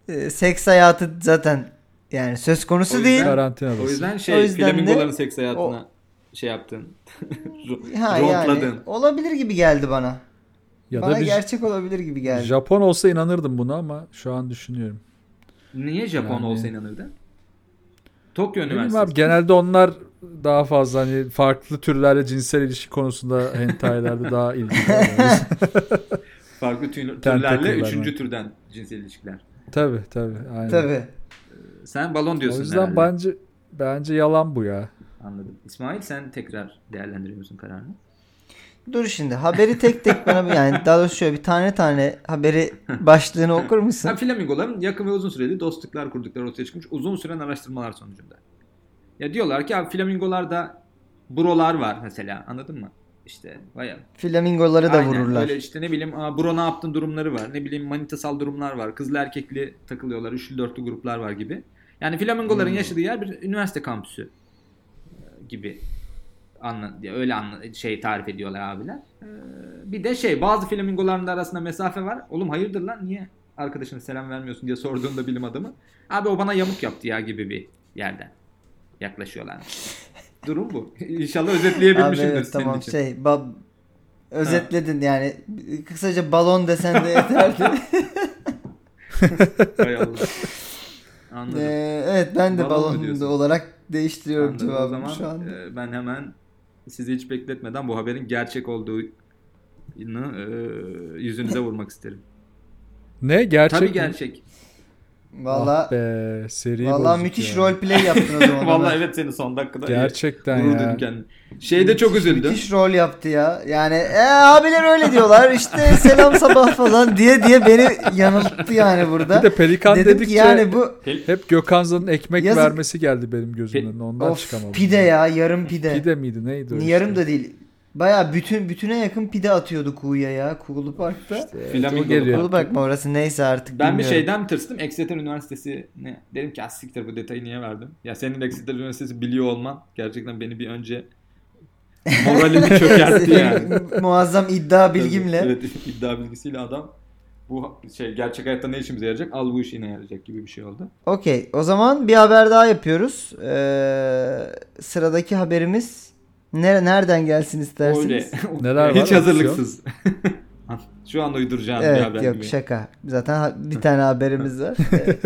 Speaker 1: E, seks hayatı zaten yani söz konusu
Speaker 3: O yüzden-
Speaker 1: değil.
Speaker 2: Karantinadasın.
Speaker 3: O yüzden şey
Speaker 1: O yüzden de-
Speaker 3: flamingoların seks hayatına
Speaker 1: <laughs>
Speaker 3: şey yaptın.
Speaker 1: Ha,
Speaker 3: Rontladın.
Speaker 1: yani, olabilir gibi geldi bana.
Speaker 2: ya
Speaker 1: bana
Speaker 2: da bir
Speaker 1: gerçek olabilir gibi geldi.
Speaker 2: Japon olsa inanırdım buna ama şu an düşünüyorum.
Speaker 3: Niye Japon
Speaker 2: Yani-
Speaker 3: olsa inanırdın? Tokyo
Speaker 2: Bilmiyorum abi
Speaker 3: Üniversitesi.
Speaker 2: genelde onlar daha fazla hani farklı türlerle cinsel ilişki konusunda hentai'lerde daha ilgili.
Speaker 1: <laughs>
Speaker 3: Farklı tü- türlerle
Speaker 2: Tentacle
Speaker 3: üçüncü
Speaker 2: yani.
Speaker 3: türden cinsel ilişkiler.
Speaker 2: tabii tabii. Aynen.
Speaker 1: Tabii.
Speaker 3: Sen balon
Speaker 2: O
Speaker 3: diyorsun
Speaker 2: yüzden
Speaker 3: herhalde.
Speaker 2: bence bence yalan bu ya.
Speaker 3: Anladım. İsmail sen tekrar değerlendiriyorsun kararını.
Speaker 1: Dur şimdi haberi tek tek bana yani daha doğrusu şöyle bir tane tane haberi başlığını okur musun?
Speaker 3: Ha, flamingoların yakın ve uzun süreli dostluklar kurdukları ortaya çıkmış uzun süren araştırmalar sonucunda. Ya diyorlar ki abi flamingolarda brolar var mesela anladın mı? İşte bayağı.
Speaker 1: Flamingoları da
Speaker 3: Aynen,
Speaker 1: vururlar.
Speaker 3: Böyle işte ne bileyim aa, bro ne yaptın durumları var. Ne bileyim manitasal durumlar var. Kızlı erkekli takılıyorlar. Üçlü dörtlü gruplar var gibi. Yani
Speaker 1: Hmm.
Speaker 3: flamingoların yaşadığı yer bir üniversite kampüsü e, gibi. Anla, ya öyle anla, şey tarif ediyorlar abiler. Ee, bir de şey bazı flamingoların da arasında mesafe var. Oğlum hayırdır lan niye arkadaşına selam vermiyorsun diye sorduğunda bilim adamı. Abi o bana yamuk yaptı ya gibi bir yerden
Speaker 1: <laughs>
Speaker 3: yaklaşıyorlar. Durum bu. İnşallah özetleyebilmişimdir
Speaker 1: Abi evet,
Speaker 3: senin
Speaker 1: tamam
Speaker 3: için.
Speaker 1: şey bab Özetledin yani. Kısaca balon desen de yeterdi.
Speaker 3: <laughs> Hay Allah. Anladım.
Speaker 1: Ee, evet ben de
Speaker 3: Balon mu
Speaker 1: balon
Speaker 3: diyorsun?
Speaker 1: olarak değiştiriyorum
Speaker 3: Anladım. O
Speaker 1: cevabımı
Speaker 3: zaman
Speaker 1: şu anda.
Speaker 3: e, ben hemen sizi hiç bekletmeden bu haberin gerçek olduğunu e, yüzünüze vurmak isterim.
Speaker 2: Ne gerçek?
Speaker 3: Tabii
Speaker 2: mi?
Speaker 3: gerçek.
Speaker 1: Valla
Speaker 2: Ah be, seri
Speaker 1: valla
Speaker 2: bozduk
Speaker 1: müthiş
Speaker 2: ya.
Speaker 1: roleplay yaptın
Speaker 3: <laughs>
Speaker 1: o zaman.
Speaker 3: Vallahi
Speaker 1: ama.
Speaker 3: evet seni son dakikada
Speaker 2: Gerçekten
Speaker 3: gurur
Speaker 2: ya.
Speaker 3: duydum kendimi. Şeyde çok üzüldüm.
Speaker 1: Müthiş rol yaptı ya. Yani e, abiler öyle diyorlar işte selam sabah falan diye diye beni yanılttı yani burada.
Speaker 2: Bir de Pelikan
Speaker 1: Dedim
Speaker 2: dedikçe
Speaker 1: ki yani bu
Speaker 2: hep Gökhan'ın ekmek
Speaker 1: Yazık.
Speaker 2: vermesi geldi benim gözümden. Ondan
Speaker 1: of,
Speaker 2: çıkamadım.
Speaker 1: pide ya yarım pide.
Speaker 2: Pide miydi neydi? o işte?
Speaker 1: Yarım da değil. Baya bütün bütüne yakın pide atıyordu kuğuya ya Kuğulu Park'ta.
Speaker 2: Evet,
Speaker 3: Ee, Flamingo
Speaker 2: o geliyor.
Speaker 1: Kuğulu Park mı orası neyse artık
Speaker 3: Ben bir
Speaker 1: bilmiyorum.
Speaker 3: şeyden tırstım. Exeter Üniversitesi'ne dedim ki "Ah, siktir bu detayı niye verdim? Ya senin Exeter Üniversitesi biliyor olman gerçekten beni bir önce moralimi çökertti şey yani.
Speaker 1: <laughs> Muazzam iddia
Speaker 3: Tabii,
Speaker 1: bilgimle.
Speaker 3: Evet <laughs> iddia bilgisiyle adam bu şey gerçek hayatta ne işimize yarayacak? Al bu işine yarayacak gibi bir şey oldu.
Speaker 1: Okey. O zaman bir haber daha yapıyoruz. Ee, sıradaki haberimiz ne, nereden gelsin istersiniz?
Speaker 3: Öyle. <laughs>
Speaker 2: Neler var?
Speaker 3: Hiç hazırlıksız. Şu an uyduracağım bir haber
Speaker 1: Evet yok şey-
Speaker 3: gibi.
Speaker 1: şaka. Zaten ha- bir tane haberimiz
Speaker 3: <laughs>
Speaker 1: var. Evet.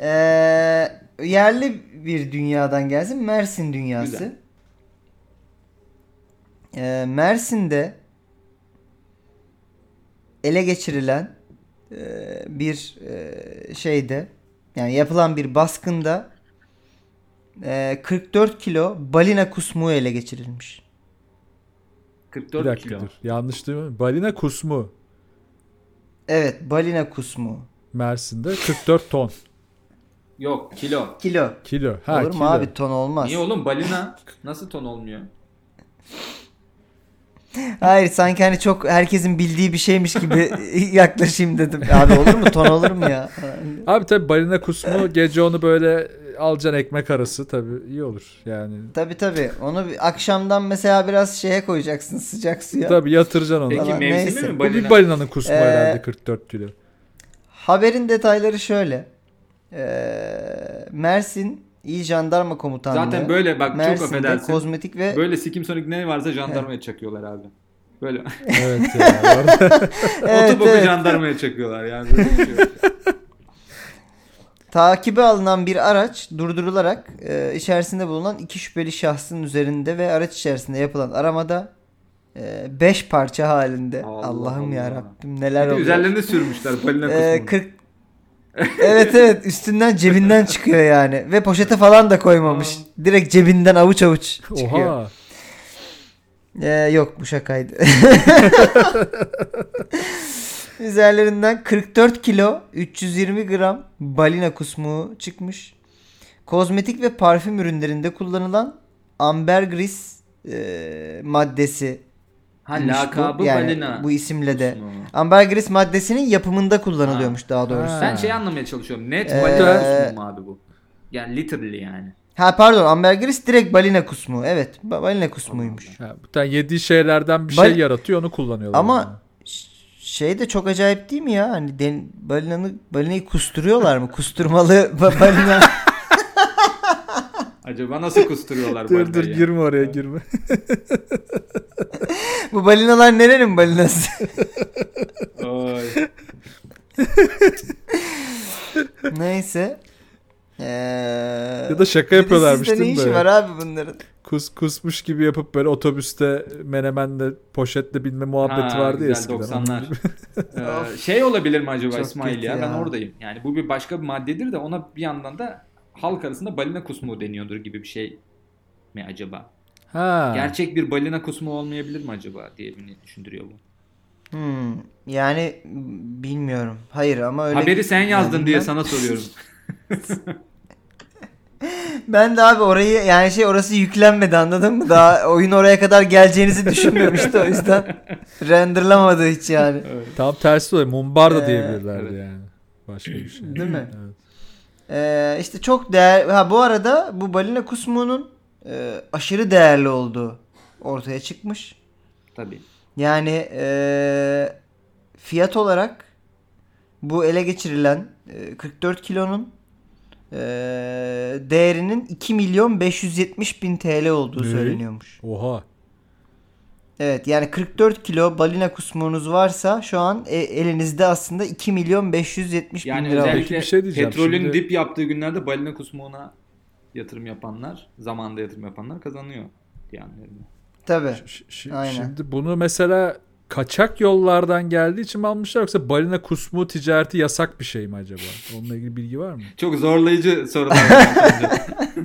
Speaker 1: Ee, yerli bir dünyadan gelsin. Mersin dünyası.
Speaker 3: Güzel.
Speaker 1: Ee, Mersin'de ele geçirilen e, bir e, şeyde yani yapılan bir baskında e, 44 kilo balina kusmuğu ele geçirilmiş.
Speaker 2: Bir
Speaker 3: 44
Speaker 2: dakika
Speaker 3: kilo.
Speaker 2: dur. Yanlış değil mi? Balina kusmu
Speaker 1: Evet balina kusmuğu.
Speaker 2: Mersin'de 44 ton.
Speaker 3: Yok kilo.
Speaker 1: Kilo.
Speaker 2: Kilo. Ha,
Speaker 1: Olur mu
Speaker 2: kilo.
Speaker 1: abi ton olmaz.
Speaker 3: Niye oğlum balina nasıl ton olmuyor?
Speaker 1: Hayır sanki hani çok herkesin bildiği bir şeymiş <laughs> gibi yaklaşayım dedim. Abi olur mu ton olur mu ya?
Speaker 2: Abi tabii balina kusmu gece onu böyle alacaksın ekmek arası tabii iyi olur. Yani
Speaker 1: tabi tabi onu bir- akşamdan mesela biraz şeye koyacaksın sıcak suya.
Speaker 2: tabii yatıracaksın onu.
Speaker 3: Peki
Speaker 1: Valla
Speaker 3: mevsimi
Speaker 1: neyse.
Speaker 3: mi
Speaker 2: Bu
Speaker 3: balina?
Speaker 2: bir balinanın kusmu
Speaker 1: Ee,
Speaker 2: herhalde 44
Speaker 1: <laughs>
Speaker 2: kilo.
Speaker 1: Haberin detayları şöyle. Ee, Mersin İl Jandarma Komutanlığı.
Speaker 3: Zaten böyle bak çok
Speaker 1: Mersin'de
Speaker 3: affedersin.
Speaker 1: kozmetik ve
Speaker 3: Böyle sikim sonik ne varsa jandarmaya çakıyorlar abi. Böyle <laughs>
Speaker 2: Evet ya. bu <laughs> arada-
Speaker 1: Evet,
Speaker 3: otoboku
Speaker 1: evet.
Speaker 3: jandarmaya çakıyorlar yani. Böyle bir şey yok.
Speaker 1: takibe alınan bir araç durdurularak e, içerisinde bulunan iki şüpheli şahsın üzerinde ve araç içerisinde yapılan aramada 5 parça halinde.
Speaker 3: Allah
Speaker 1: Allah'ım
Speaker 3: Allah.
Speaker 1: ya Rabbim
Speaker 3: Bir
Speaker 1: neler
Speaker 3: de
Speaker 1: oluyor.
Speaker 3: üzerlerine sürmüşler balina kısmını.
Speaker 1: Ee, 40
Speaker 3: <laughs>
Speaker 1: Evet evet üstünden cebinden çıkıyor yani ve poşete falan da koymamış. Direkt cebinden avuç avuç çıkıyor.
Speaker 2: Oha.
Speaker 1: Ee, yok bu
Speaker 3: <laughs>
Speaker 1: şakaydı. Üzerlerinden 44 kilo 320 gram balina kusmuğu çıkmış. Kozmetik ve parfüm ürünlerinde kullanılan ambergris e, maddesi.
Speaker 3: ha lakabı
Speaker 1: yani
Speaker 3: balina.
Speaker 1: Bu isimle de.
Speaker 3: Kusmuğu.
Speaker 1: Ambergris maddesinin yapımında kullanılıyormuş daha doğrusu.
Speaker 2: Ha.
Speaker 3: Ben şey anlamaya çalışıyorum. Net
Speaker 1: Ee,
Speaker 3: balina kısmı mı abi bu? Yani literally yani.
Speaker 1: Ha pardon ambergris direkt balina kusmuğu. Evet ba- balina kusmuğuymuş.
Speaker 2: Ha, bu tane yediği şeylerden bir
Speaker 1: Bal-
Speaker 2: şey yaratıyor onu kullanıyorlar.
Speaker 1: Ama ş- şey de çok acayip değil mi ya? Hani den, balinanı, balinayı kusturuyorlar mı? Kusturmalı <laughs> ba- balina.
Speaker 3: Acaba
Speaker 2: <laughs>
Speaker 3: nasıl kusturuyorlar
Speaker 2: dur dur
Speaker 3: balinayı?
Speaker 2: girme oraya girme. <laughs>
Speaker 1: Bu balinalar nerenin balinası? <laughs>
Speaker 3: Oy.
Speaker 1: Neyse. Ee,
Speaker 2: ya da şaka
Speaker 1: bir de
Speaker 2: yapıyorlarmış
Speaker 1: sizde ne
Speaker 2: değil mi?
Speaker 1: işi
Speaker 2: böyle?
Speaker 1: var abi bunların?
Speaker 2: Kus, kusmuş gibi yapıp böyle otobüste menemenle poşetle bilme muhabbeti
Speaker 3: Ha,
Speaker 2: vardı ya
Speaker 3: güzel,
Speaker 2: eskiden.
Speaker 3: 90'lar. <laughs> Ee, şey olabilir mi acaba
Speaker 1: Çok
Speaker 3: İsmail
Speaker 1: kötü
Speaker 3: ya? Ben
Speaker 1: ya.
Speaker 3: oradayım. Yani bu bir başka bir maddedir de ona bir yandan da halk arasında balina kusmuğu deniyordur gibi bir şey mi acaba?
Speaker 2: Ha.
Speaker 3: Gerçek bir balina kusmuğu olmayabilir mi acaba diye beni düşündürüyor bu.
Speaker 1: Hmm, yani m, bilmiyorum. Hayır ama öyle.
Speaker 3: Haberi sen yazdın
Speaker 1: Yani
Speaker 3: diye
Speaker 1: ben-
Speaker 2: <laughs>
Speaker 3: sana soruyorum.
Speaker 1: Ben de abi orayı yani şey orası yüklenmedi anladın mı? Daha oyun oraya kadar geleceğinizi düşünmemişti o yüzden. Renderlamadı hiç yani.
Speaker 2: Tam tersi oluyor. Mumbar da
Speaker 1: Ee,
Speaker 2: diyebilirlerdi yani. Başka bir şey.
Speaker 1: Değil mi?
Speaker 2: Evet.
Speaker 1: Ee, işte çok değer. Ha bu arada bu balina kusmuğunun e, aşırı değerli olduğu ortaya çıkmış.
Speaker 3: Tabii.
Speaker 1: Yani e, fiyat olarak bu ele geçirilen e, 44 kilonun e, değerinin 2 milyon 570 bin TL olduğu
Speaker 2: Ne?
Speaker 1: söyleniyormuş.
Speaker 2: Oha.
Speaker 1: Evet yani 44 kilo balina kusmuğunuz varsa şu an e- elinizde aslında 2 milyon 570 bin
Speaker 3: Yani
Speaker 1: lira var.
Speaker 3: özellikle
Speaker 2: bir şey diyeceğim
Speaker 3: petrolün
Speaker 2: şimdi.
Speaker 3: dip yaptığı günlerde balina kusmuğuna yatırım yapanlar, zamanda yatırım yapanlar kazanıyor diyenlerine.
Speaker 1: Tabii.
Speaker 2: Ş- ş-
Speaker 1: Aynen.
Speaker 2: Şimdi bunu mesela kaçak yollardan geldiği için mi almışlar yoksa balina kusmu ticareti yasak bir şey mi acaba? Onunla ilgili bilgi var mı?
Speaker 3: Çok zorlayıcı
Speaker 2: <laughs>
Speaker 3: sorular. bence.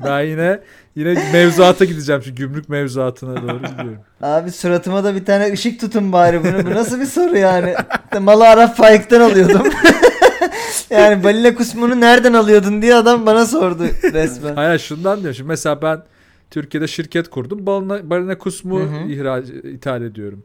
Speaker 2: Ben yine yine mevzuata gideceğim şu gümrük mevzuatına doğru gidiyorum.
Speaker 1: Abi suratıma da bir tane ışık tutun bari bunu. Bu nasıl bir soru yani? <laughs> Malı Arap Faik'ten alıyordum. <laughs> yani balina kusmuğunu nereden alıyordun diye adam bana sordu resmen.
Speaker 2: Hayır şundan diyorum. Şimdi mesela ben Türkiye'de şirket kurdum. Balina, balina kusmu
Speaker 1: Hı hı.
Speaker 2: ihraç, ithal ediyorum.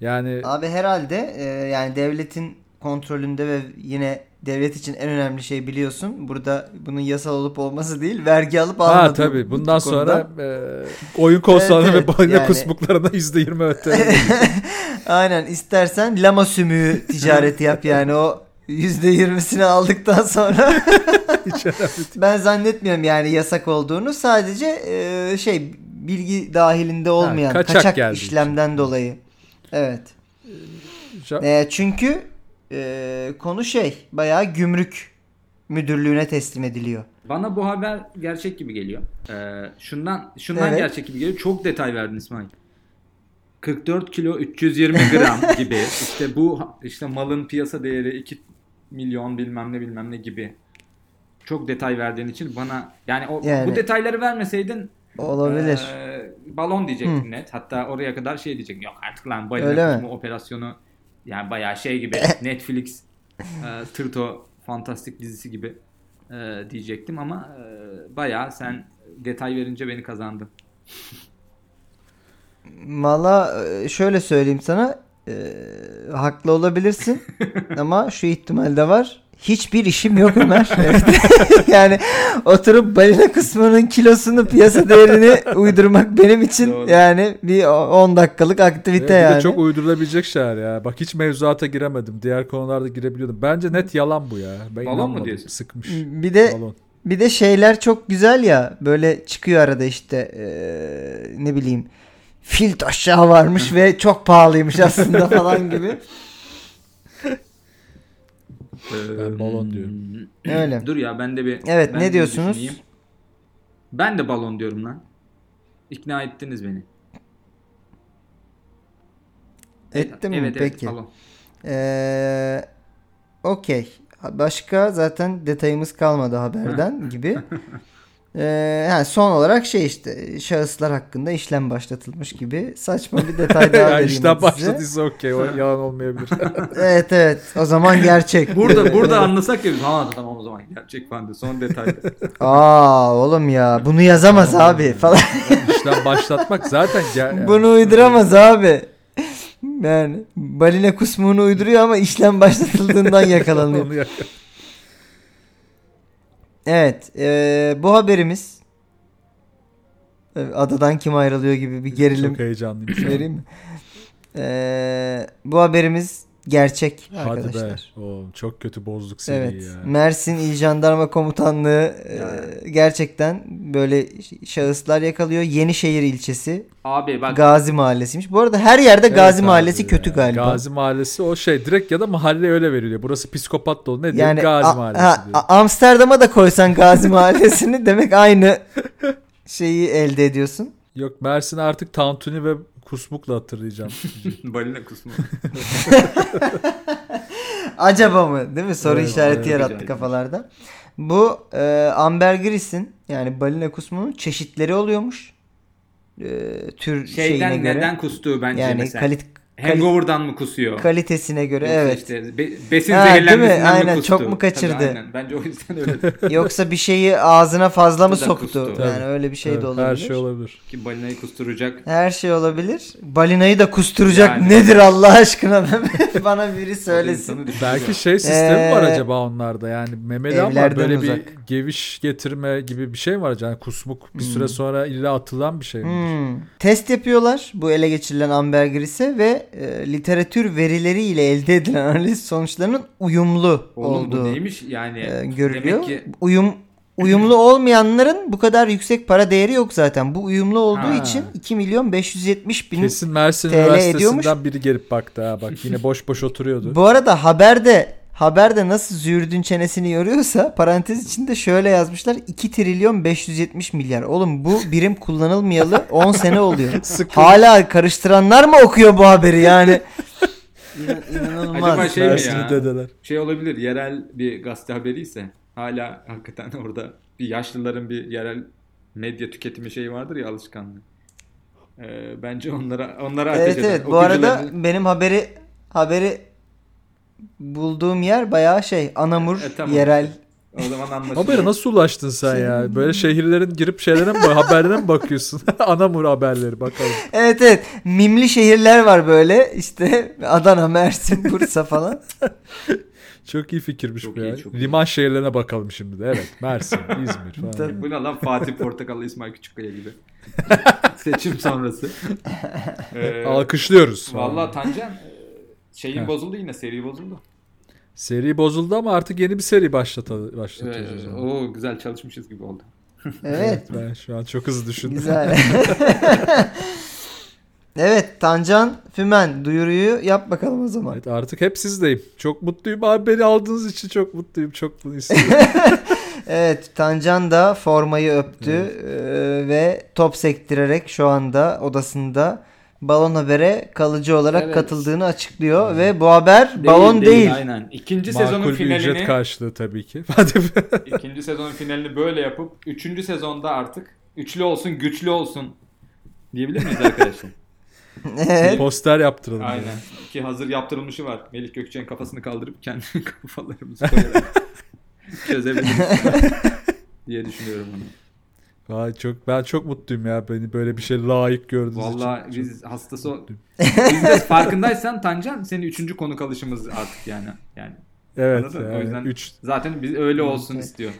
Speaker 2: Yani
Speaker 1: Abi herhalde e, yani devletin kontrolünde ve yine devlet için en önemli şey biliyorsun. Burada bunun yasal olup olması değil, vergi alıp almadığın.
Speaker 2: ha tabii
Speaker 1: bu konuda.
Speaker 2: bundan sonra e, oyun konsolları
Speaker 1: Evet, evet,
Speaker 2: ve balina
Speaker 1: yani.
Speaker 2: kusmuklarına <laughs> %20 öte.
Speaker 1: Aynen istersen lama sümüğü ticareti yap yani o %20'sini aldıktan sonra
Speaker 2: <laughs>
Speaker 1: ben zannetmiyorum yani yasak olduğunu sadece e, şey bilgi dahilinde olmayan
Speaker 2: kaçak
Speaker 1: kaçak,
Speaker 2: geldiği için.
Speaker 1: işlemden dolayı. Evet. E, çünkü e, konu şey bayağı gümrük müdürlüğüne teslim ediliyor.
Speaker 3: Bana bu haber gerçek gibi geliyor. Ee, şundan şundan
Speaker 1: Evet.
Speaker 3: gerçek gibi geliyor. Çok detay verdin İsmail. 44 kilo 320
Speaker 2: <laughs>
Speaker 3: gram gibi. İşte bu işte malın piyasa değeri 2 milyon bilmem ne bilmem ne gibi. Çok detay verdiğin için bana yani, o,
Speaker 1: Yani.
Speaker 3: bu detayları vermeseydin
Speaker 1: Olabilir.
Speaker 3: Ee, balon diyecektim net. Hatta oraya kadar şey diyecektim. Yok artık lan
Speaker 1: Öyle mi?
Speaker 3: balina kusma operasyonu yani bayağı şey
Speaker 1: <laughs>
Speaker 3: gibi Netflix e, Tırto fantastik dizisi gibi e, diyecektim ama e, bayağı sen detay verince beni kazandın.
Speaker 1: Valla e, şöyle söyleyeyim sana e, haklı
Speaker 2: <laughs>
Speaker 1: olabilirsin ama şu ihtimal de var. Hiçbir işim yok Ömer. <laughs> Evet. yani oturup balina kısmının kilosunu piyasa değerini uydurmak benim için
Speaker 3: Doğru.
Speaker 1: yani bir o- 10 dakikalık
Speaker 2: Ve
Speaker 1: aktivite
Speaker 2: bir
Speaker 1: yani.
Speaker 2: de çok uydurulabilecek şeyler ya. Bak hiç mevzuata giremedim. Diğer konularda girebiliyordum. Bence net yalan bu ya. Ben
Speaker 3: Balon mu
Speaker 2: inanmadım.
Speaker 3: diyorsun? Hmm.
Speaker 2: Sıkmış.
Speaker 1: Hmm. bir de
Speaker 2: Balon.
Speaker 1: Bir de şeyler çok güzel ya böyle çıkıyor arada işte eee, ne bileyim fil aşağı
Speaker 2: <laughs>
Speaker 1: varmış ve çok pahalıymış aslında falan gibi.
Speaker 2: Ben balon
Speaker 1: Hmm.
Speaker 2: diyorum.
Speaker 1: Öyle.
Speaker 3: Dur ya ben de bir
Speaker 1: Evet,
Speaker 3: ben
Speaker 1: ne
Speaker 3: de bir
Speaker 1: diyorsunuz?
Speaker 3: düşüneyim. Ben de balon diyorum lan. İkna ettiniz beni.
Speaker 1: Etti mi?
Speaker 3: Evet, evet,
Speaker 1: Peki.
Speaker 3: balon.
Speaker 1: Eee, Ee, Okey. Başka zaten detayımız kalmadı haberden gibi. Eee, ha, son olarak şey işte şahıslar hakkında işlem başlatılmış gibi saçma bir
Speaker 2: <laughs>
Speaker 1: detay daha
Speaker 2: Yani
Speaker 1: vereyim
Speaker 2: işten
Speaker 1: hadi size.
Speaker 2: başladıysa
Speaker 1: <laughs>
Speaker 2: okey. O yalan olmayabilir.
Speaker 1: Evet evet o zaman gerçek.
Speaker 3: <laughs> Burada
Speaker 1: <laughs>
Speaker 3: burada anlasak ya biz ha tamam o zaman gerçek falan diyor. Son detay.
Speaker 1: Aa oğlum ya bunu yazamaz abi falan.
Speaker 2: işten başlatmak zaten gel.
Speaker 1: <laughs>
Speaker 2: yani.
Speaker 1: Bunu uyduramaz abi. Yani balina kusmuğunu uyduruyor ama işlem başlatıldığından yakalanıyor.
Speaker 2: Onu ya-
Speaker 1: Evet eee, bu haberimiz e, adadan kim ayrılıyor gibi bir <laughs> gerilim
Speaker 2: Çok heyecanlıyım. şu
Speaker 1: <laughs>
Speaker 2: an.
Speaker 1: vereyim mi? Eee, bu haberimiz gerçek
Speaker 2: Hadi be.
Speaker 1: arkadaşlar.
Speaker 2: Oğlum, çok kötü bozduk seni
Speaker 1: Evet.
Speaker 2: ya.
Speaker 1: Mersin İl Jandarma Komutanlığı eee, gerçekten böyle ş- şahıslar yakalıyor. Yenişehir ilçesi
Speaker 3: Abi bak
Speaker 1: Gazi Mahallesi'ymiş. Bu arada her yerde Gazi
Speaker 2: Evet abi
Speaker 1: Mahallesi
Speaker 2: ya.
Speaker 1: kötü galiba.
Speaker 2: Gazi Mahallesi o şey direkt ya da mahalle öyle veriliyor. Burası psikopat dolu. Ne diyor?
Speaker 1: Yani
Speaker 2: Gazi
Speaker 1: A-
Speaker 2: Mahallesi
Speaker 1: ha,
Speaker 2: diyor.
Speaker 1: A- Amsterdam'a da koysan Gazi Mahallesi'ni <laughs> demek aynı şeyi elde ediyorsun.
Speaker 2: Yok Mersin artık Tantuni ve Kusmuk'la hatırlayacağım.
Speaker 3: balina kusma.
Speaker 1: Acaba mı? Değil mi? Soru
Speaker 2: Evet,
Speaker 1: işareti
Speaker 2: evet.
Speaker 1: yarattı
Speaker 3: Güzel.
Speaker 1: kafalarda. Bu e, ambergrisin yani balina kusmunun çeşitleri oluyormuş. E, tür şeyine
Speaker 3: Şeyden
Speaker 1: göre.
Speaker 3: neden kustuğu bence
Speaker 1: yani
Speaker 3: mesela.
Speaker 1: kalit
Speaker 3: Hangover'dan mı kusuyor?
Speaker 1: kalitesine göre
Speaker 3: Yoksa
Speaker 1: evet.
Speaker 3: işte <laughs> be- besin
Speaker 1: Ha, değil mi?
Speaker 3: zehirlenmesinden mi
Speaker 1: Aynen,
Speaker 3: kustu?
Speaker 1: çok mu kaçırdı?
Speaker 3: Tabii, aynen. Bence o yüzden
Speaker 1: <laughs>
Speaker 3: öyle.
Speaker 1: Yoksa bir şeyi ağzına fazla mı
Speaker 3: Tuzağa
Speaker 1: soktu?
Speaker 3: kustu.
Speaker 1: Yani öyle bir şey
Speaker 2: Evet,
Speaker 1: de olabilir.
Speaker 2: Her şey olabilir.
Speaker 3: Ki balinayı kusturacak.
Speaker 1: Her şey olabilir. Balinayı da kusturacak
Speaker 3: Yani.
Speaker 1: nedir Allah aşkına? <laughs> Bana biri söylesin.
Speaker 3: İnsanı düşürüyor.
Speaker 2: Belki şey sistemi var
Speaker 1: Ee,
Speaker 2: acaba onlarda yani memeli ama
Speaker 1: evlerden
Speaker 2: böyle bir
Speaker 1: uzak.
Speaker 2: geviş getirme gibi bir şey mi var acaba? Yani kusmuk bir süre sonra illa atılan bir şey mi?
Speaker 1: Hmm. Test yapıyorlar bu ele geçirilen ambergris'e ve e, literatür verileriyle elde edilen <laughs> analiz sonuçlarının uyumlu
Speaker 3: Oğlum bu
Speaker 1: olduğu
Speaker 3: neymiş yani?
Speaker 1: e, görülüyor.
Speaker 3: Demek ki
Speaker 1: Uyum uyumlu olmayanların bu kadar yüksek para değeri yok zaten. Bu uyumlu olduğu
Speaker 3: Ha.
Speaker 1: için 2 milyon 570 bin
Speaker 2: Kesin Mersin
Speaker 1: TL ediyormuş.
Speaker 2: Üniversitesi'nden biri gelip baktı ha bak yine boş boş oturuyordu.
Speaker 1: Bu arada haberde haberde nasıl züğürdün çenesini yoruyorsa parantez içinde şöyle yazmışlar 2 trilyon 570 milyar. Oğlum bu birim
Speaker 3: <laughs>
Speaker 1: kullanılmayalı 10 sene oluyor.
Speaker 2: Sıkıldım.
Speaker 1: Hala karıştıranlar mı okuyor bu haberi yani? İnan- İnanılmaz.
Speaker 3: Acaba şey mi
Speaker 2: Mersin'i
Speaker 3: ya?
Speaker 2: dedeler.
Speaker 3: Şey olabilir yerel bir gazete haberiyse hala hakikaten <laughs> orada bir yaşlıların bir yerel medya tüketimi şeyi vardır ya alışkanlığı. Ee, bence onlara onlara ateş
Speaker 1: Evet
Speaker 3: eder.
Speaker 1: evet bu arada
Speaker 3: Okuyucularını-
Speaker 1: benim haberi haberi bulduğum yer bayağı şey Anamur
Speaker 3: E, tamam.
Speaker 1: yerel.
Speaker 3: o zaman anlaşılıyor.
Speaker 2: Habere nasıl ulaştın sen ya? Böyle şehirlerin girip şeylere mi haberlere mi bakıyorsun? <laughs> Anamur haberleri bakalım.
Speaker 1: Evet evet mimli şehirler var böyle işte Adana, Mersin, Bursa
Speaker 3: <laughs>
Speaker 1: falan.
Speaker 2: Çok iyi fikirmiş
Speaker 3: Çok
Speaker 2: bu
Speaker 3: iyi,
Speaker 2: ya.
Speaker 3: çok iyi.
Speaker 2: Liman şehirlerine bakalım şimdi de. Evet Mersin, İzmir falan.
Speaker 1: <laughs> Tabii.
Speaker 3: Bu ne lan Fatih Portakallı İsmail Küçükkaya gibi. Seçim sonrası. Ee,
Speaker 2: Alkışlıyoruz.
Speaker 3: Valla Tancan e, şeyin
Speaker 2: Heh.
Speaker 3: bozuldu yine seri bozuldu.
Speaker 2: Seri bozuldu ama artık yeni bir seri başlata- başlatacağız.
Speaker 3: Ee,
Speaker 2: yani.
Speaker 3: o güzel çalışmışız gibi oldu.
Speaker 1: Evet.
Speaker 2: Ben şu an çok hızlı düşündüm.
Speaker 1: Güzel.
Speaker 2: <laughs>
Speaker 1: evet Tancan Fümen duyuruyu yap bakalım o zaman.
Speaker 2: Evet, artık hep sizdeyim. Çok mutluyum abi beni aldığınız için çok mutluyum. Çok bunu istiyorum.
Speaker 1: Evet Tancan da formayı öptü eee, ve top sektirerek şu anda odasında Balon Haber'e kalıcı olarak
Speaker 3: Evet.
Speaker 1: katıldığını açıklıyor ve bu haber balon değil.
Speaker 3: Aynen. İkinci
Speaker 2: Makul
Speaker 3: sezonun
Speaker 2: bir ücret
Speaker 3: finalini
Speaker 2: karşılığı tabii ki. <laughs> Hadi be.
Speaker 3: <laughs> ikinci sezonun finalini böyle yapıp üçüncü sezonda artık üçlü olsun güçlü olsun diyebilir miyiz arkadaşlar?
Speaker 1: <laughs> Evet.
Speaker 2: Poster yaptıralım.
Speaker 3: Aynen. Ki hazır yaptırılmışı var. Melih Gökçe'nin kafasını kaldırıp kendi <laughs> kafalarımızı koyarak çözebiliriz diye düşünüyorum onu.
Speaker 2: Vay çok ben çok mutluyum ya beni böyle bir şey layık gördüğünüz için.
Speaker 3: Valla
Speaker 2: Çok-
Speaker 3: biz hastası ol-
Speaker 2: mutluyum.
Speaker 3: biz de farkındaysan Tancan senin üçüncü konuk alışımız artık yani. Yani
Speaker 2: Evet.
Speaker 3: Anladın mı? O
Speaker 2: Yani,
Speaker 3: yüzden-
Speaker 2: üç,
Speaker 3: zaten biz öyle olsun
Speaker 1: Evet.
Speaker 3: istiyor.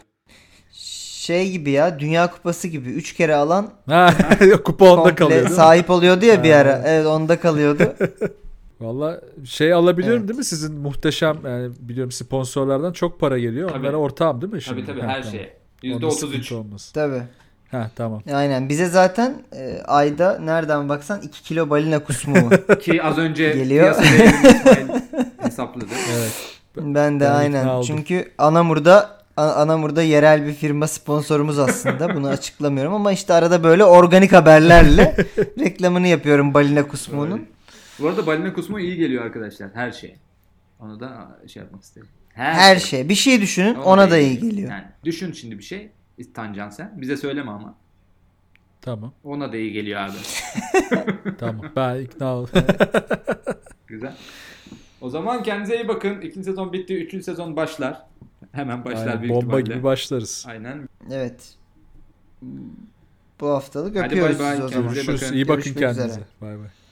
Speaker 1: Şey gibi ya Dünya Kupası gibi 3 kere alan
Speaker 2: ha, <laughs> kupa onda
Speaker 1: komple
Speaker 2: kalıyor değil mi?
Speaker 1: sahip oluyordu ya bir
Speaker 2: Ha.
Speaker 1: ara. Evet onda
Speaker 2: <laughs>
Speaker 1: kalıyordu.
Speaker 2: Valla şey alabiliyorum
Speaker 1: Evet.
Speaker 2: değil mi? Sizin muhteşem yani biliyorum sponsorlardan çok para geliyor.
Speaker 3: Tabii.
Speaker 2: Onlara ortağım değil mi?
Speaker 3: Tabii
Speaker 2: şimdi?
Speaker 3: tabii
Speaker 2: Ha,
Speaker 3: her şey.
Speaker 2: tamam.
Speaker 3: şeye.
Speaker 2: Onda sıkıntı
Speaker 3: %33.
Speaker 2: olmasın.
Speaker 1: Tabii.
Speaker 2: Ha tamam.
Speaker 1: Aynen bize zaten e, ayda nereden baksan 2 kilo balina
Speaker 2: <laughs>
Speaker 1: kusmuğu.
Speaker 3: Ki az önce
Speaker 1: Geliyor.
Speaker 3: piyasa değerini İsmail <laughs> hesapladı.
Speaker 2: Evet.
Speaker 1: Ben de
Speaker 2: Ben
Speaker 1: aynen.
Speaker 2: ikna oldum.
Speaker 1: Çünkü Anamur'da A- Anamur'da yerel bir firma sponsorumuz aslında. Bunu <laughs> açıklamıyorum ama işte arada böyle organik haberlerle reklamını yapıyorum balina kusmuğunun.
Speaker 3: Bu arada balina kusma iyi geliyor arkadaşlar her şeye. Onu da şey yapmak istedim.
Speaker 1: Her şey. Bir şey düşünün
Speaker 3: Ona
Speaker 1: ona da iyi geliyor.
Speaker 3: Yani düşün şimdi bir şey. Tancan sen. Bize söyleme ama.
Speaker 2: Tamam.
Speaker 3: Ona da iyi geliyor abi.
Speaker 2: Tamam. Ben ikna oldum.
Speaker 3: Güzel. O zaman kendinize iyi bakın. İkinci sezon bitti. Üçüncü sezon başlar. Hemen başlar
Speaker 2: Aynen,
Speaker 3: büyük
Speaker 2: bomba
Speaker 3: ihtimalle.
Speaker 2: gibi başlarız.
Speaker 3: Aynen.
Speaker 1: Evet. Bu haftalık
Speaker 3: Hadi
Speaker 1: öpüyoruz
Speaker 3: bay bay,
Speaker 1: sizi o zaman.
Speaker 3: kendinize
Speaker 2: Görüşürüz.
Speaker 3: bakın.
Speaker 2: İyi bakın
Speaker 1: Görüşmek
Speaker 2: kendinize.
Speaker 1: üzere.
Speaker 2: Bay bay.